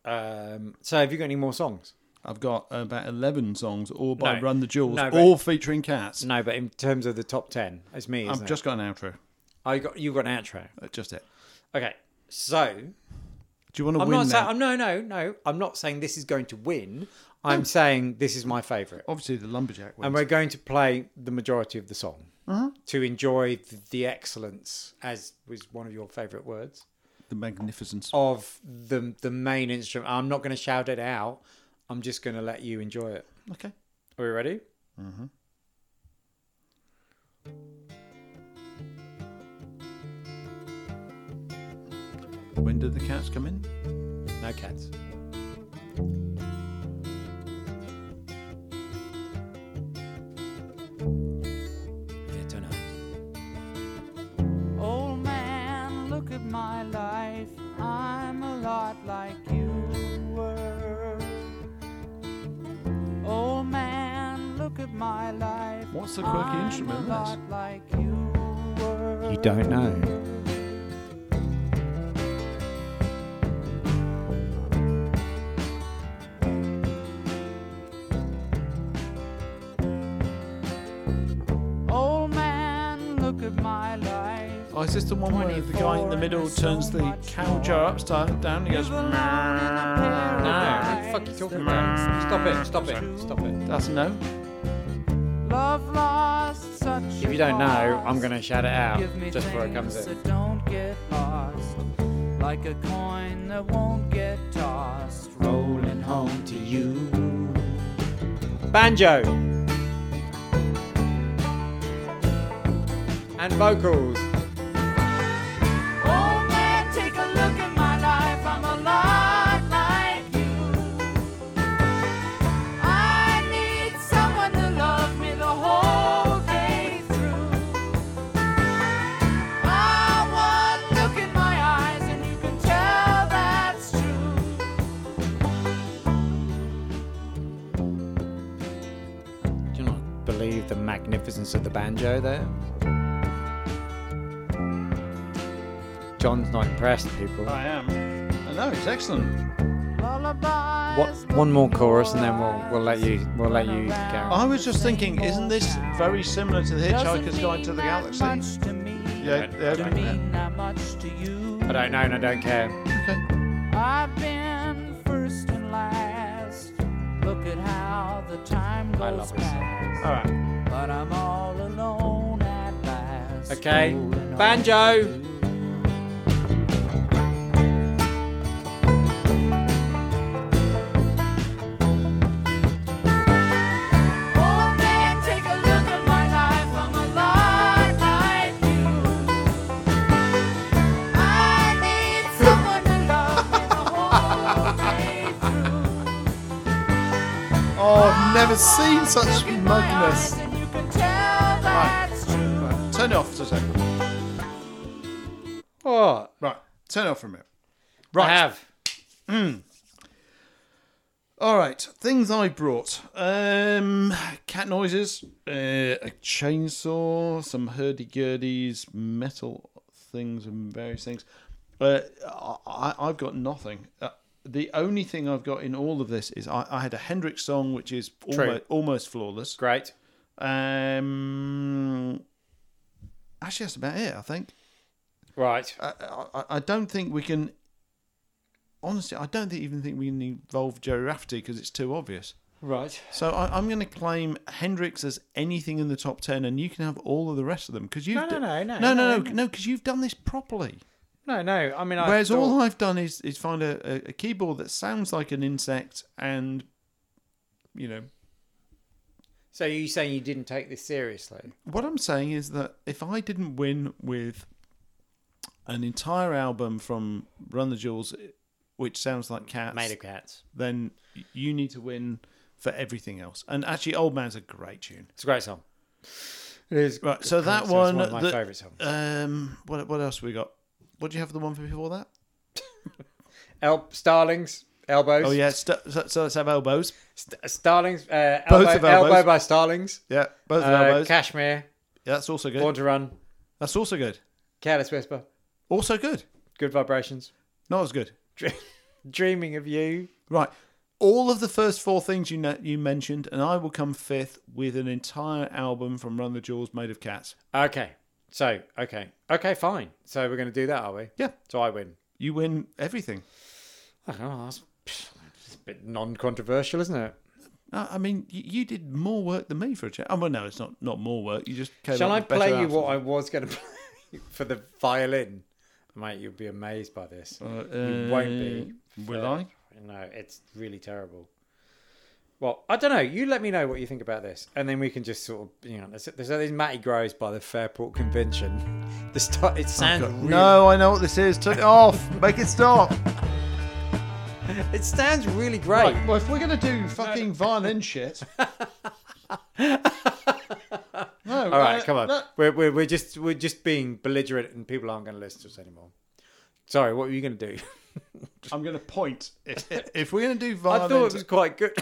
um, so have you got any more songs?
I've got about eleven songs, all by
No.
Run the Jewels,
No, but-
all featuring cats.
No, but in terms of the top ten, it's me. Isn't
I've
it?
just got an outro.
I got you got an outro.
Uh, Just it.
Okay, so
Do you want to
I'm
win?
not
now?
saying I'm no no no. I'm not saying this is going to win. I'm saying this is my favorite,
Obviously, the lumberjack wins.
and we're going to play the majority of the song to enjoy the, the excellence, as was one of your favorite words,
the magnificence.
of the the main instrument. I'm not going to shout it out. I'm just going to let you enjoy it.
Okay.
Are we ready? Mm-hmm.
When did the cats come in?
No cats. Yeah, don't know.
Old man, look at my life. I'm a lot like you were. Old man, look at my life.
What's the quirky
I'm
instrument
a
in this?
lot like you were.
You don't know.
Old man, look at my life.
Oh, is this the one where the guy in the middle turns the cow jar upside down and goes?
No.
Nice.
What the fuck are you talking about? Stop it, stop it, stop it.
That's a no.
Love lost such
If you don't know, I'm going
to
to shout it out
Give me
just before it
things
comes in.
That don't get lost, like a coin that won't get tossed.
Rolling home to you. Banjo. And vocals.
Oh man, take a look at my life. I'm a lot like you. I need someone to love me the whole day through. I want look in my eyes, and you can tell that's true.
Do you not believe the magnificence of the banjo there? John's not impressed, people.
I am. I know it's excellent.
Lullabies.
What, one more chorus and then we'll we'll let you we'll let you carry on.
I was just thinking, isn't this very similar to the Hitchhiker's
Doesn't
Guide to the
mean that
Galaxy?
much to me.
Yeah, uh, they opened
Doesn't
that.
mean that much to you.
I don't know and I don't care.
I've been first and last. Look at how the time
I
goes
love this.
fast.
All right.
But I'm all alone at last.
Okay.
Rolling on.
Banjo.
Oh man, take a look at my life. I'm a lot like you. I need someone to love me the whole day through.
Oh, [LAUGHS] I've never seen such
Look in my eyes
mugness.
and you can tell that's true.
Right, turn it off for a second.
What?
Right, turn it off for a minute.
Right. I have.
All right, things I brought: um, cat noises, uh, a chainsaw, some hurdy-gurdies, metal things, and various things. Uh, I, I've got nothing. Uh, the only thing I've got in all of this is I, I had a Hendrix song, which is almost, almost flawless.
Great.
Um, actually, that's about it. I think.
Right.
I, I, I don't think we can. Honestly, I don't think, even think we can involve Jerry Rafferty because it's too obvious.
Right.
So I, I'm going to claim Hendrix as anything in the top ten, and you can have all of the rest of them because you've
No, no,
d-
no, no,
no,
no,
no,
no.
no, because you've done this properly.
No, no. I mean, I
Whereas
thought-
all I've done is is find a, a, a keyboard that sounds like an insect, and you know
So you saying you didn't take this seriously?
what I'm saying is that if I didn't win with an entire album from Run the Jewels, which sounds like cats,
Made of cats.
then you need to win for everything else. And actually, Old Man's a great tune.
It's a great song. It is.
Right, so that
it's
one,
one of my
the-
favourite songs.
Um, what what else we got? What do you have for the one before that?
El- Starlings, elbows.
Oh yeah, st- so, so let's have elbows.
St- Starlings, uh,
Both
elbow,
of Elbows.
elbow by Starlings.
Yeah, both of
Uh,
elbows.
Cashmere,
yeah, that's also good.
Born to Run,
That's also good.
Careless Whisper,
Also good.
Good Vibrations,
Not as good.
Dre- Dreaming of You.
Right. All of the first four things you know, you mentioned, and I will come fifth with an entire album from Run the Jewels made of cats.
Okay. So okay, okay, fine. So we're going to do that, are we?
Yeah.
So I win.
You win everything.
I don't know. That's pff, it's a bit non-controversial, isn't it?
I I mean, you, you did more work than me for a change. Oh, well, no, it's not, not more work. You just came
Shall I
up with
play
better
you what I
answers.
was going to [LAUGHS] play for the violin? Mate, you'll be amazed by this.
Uh,
you won't be.
Will I?
No, it's really terrible. Well, I don't know. You let me know what you think about this, and then we can just sort of, you know, there's, there's these Matty Groves by the Fairport Convention. [LAUGHS] The start, it sounds really,
No, I know what this is. Turn it off. Make it stop.
it sounds really great.
Well, if we're gonna do fucking
[LAUGHS]
violin shit. uh, No,
All right, come on. We're, we're, we're just we're just being belligerent, and people aren't going to listen to us anymore. Sorry, what were you going to do? [LAUGHS]
I'm going to point. If, if we're going to do
I
violin,
thought it was quite good.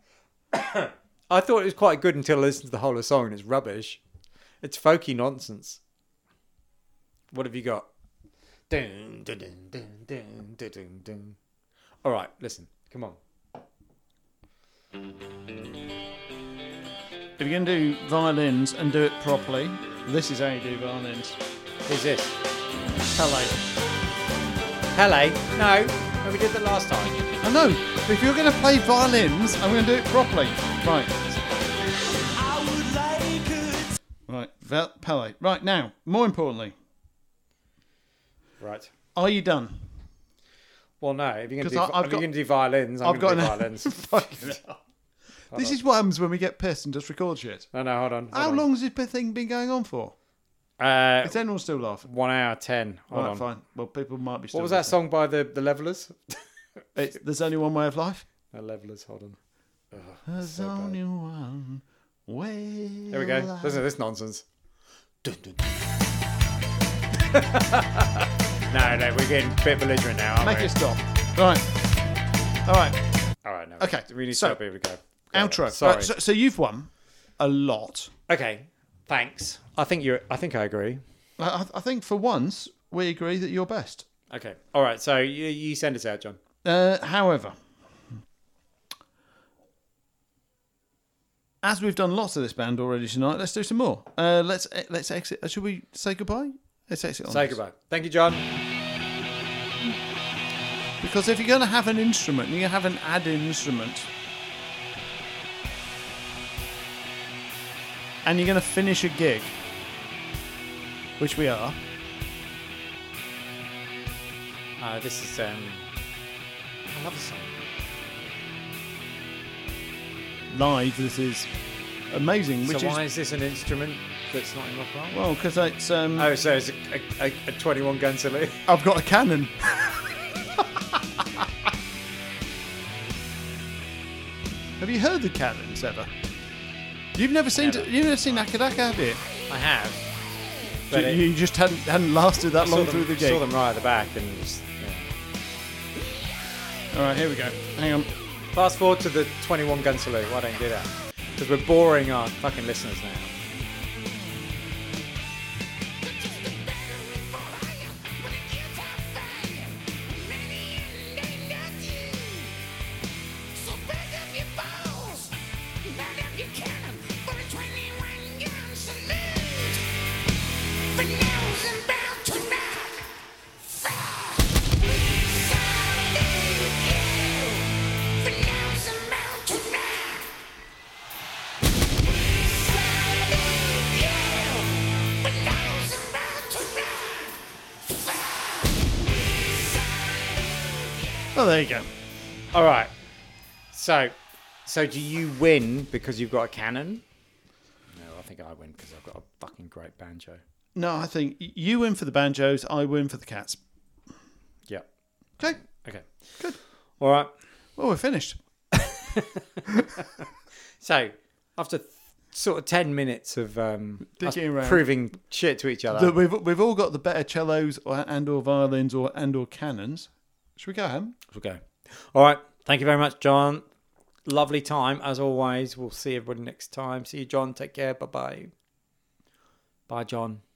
[COUGHS] I thought it was quite good until I listened to the whole of the song, and it's rubbish. It's folky nonsense. What have you got? Dun, dun, dun, dun, dun, dun, dun, dun. All right, listen. Come on.
if you're going to do violins and do it properly, this is how you do violins.
Who's this?
Hello.
Hello. No, no, we did that last time.
I know. but If you're going to play violins, I'm going to do it properly. Right. Right. Vel- Pele. Right now. More importantly,
Right.
are you done?
Well, no. If you're going to
'Cause
do,
I-
if
I've
you're
got-
going to do violins, I'm
I've
going to do
got an- [LAUGHS]
violins.
Fucking hell. This is what happens when we get pissed and just record shit.
No, no, hold on. hold
How
on.
long has this thing been going on for?
Uh,
Is anyone still laughing?
one hour ten. Hold
Right,
on.
fine. Well, people might be still
What was that
listening.
song by the the Levelers?
It's, there's only one way of life.
The Levelers. Hold on.
There's
so bad.
only one way.
There we go. Listen to this nonsense. Dun, dun, dun. [LAUGHS] no, no, we're getting a bit belligerent now, aren't
Make
we?
it stop. Right. All right.
All right, no.
Okay,
We need
so-
to tell people to go. Go on.
Outro.
Sorry.
Right, so, so you've won a lot.
okay. Thanks. I think you. I think I agree.
I, I- I think for once we agree that you're best.
Okay. All right. So you, you send us out, John.
Uh, however, as we've done lots of this band already tonight, let's do some more. Uh, let's e- let's exit. uh, Should we say goodbye? Let's exit. On
Say
this.
goodbye. Thank you, John.
Because if you're going to have an instrument, you have an add instrument. And you're going to finish a gig, which we are.
Uh, this is. Um, I love this song.
Live, this is amazing. Which
so why
is
is this an instrument that's not in rock and roll?
well, because it's um,
Oh, so it's a, a, a, a 21 gun salute.
I've got a cannon. [LAUGHS] have you heard the cannons ever? You've never seen
Never.
you've never seen Akadaka, have you?
I have. But
you,
it-
you just hadn't hadn't lasted that
saw
long
them-
through the gig.
Saw them right at the back and just. Yeah.
All right, here we go. Hang on.
Fast forward to the 21 gun salute. Why don't you do that? Because we're boring our fucking listeners now.
Oh, there you go.
All right. So, so do you win because you've got a cannon? No, I think I win because I've got a fucking great banjo.
No, I think y- you win for the banjos. I win for the cats.
Yeah.
Okay.
Okay. Good. All right.
Well, we're finished.
So, after th- sort of 10 minutes of um, us
Dicking around.
proving shit to each other,
The- we've we've all got the better cellos or, and or violins or and or cannons. Should we go home?
we'll go. All right. Thank you very much, John. Lovely time as always. We'll see everybody next time. See you, John. Take care. Bye bye. Bye, John.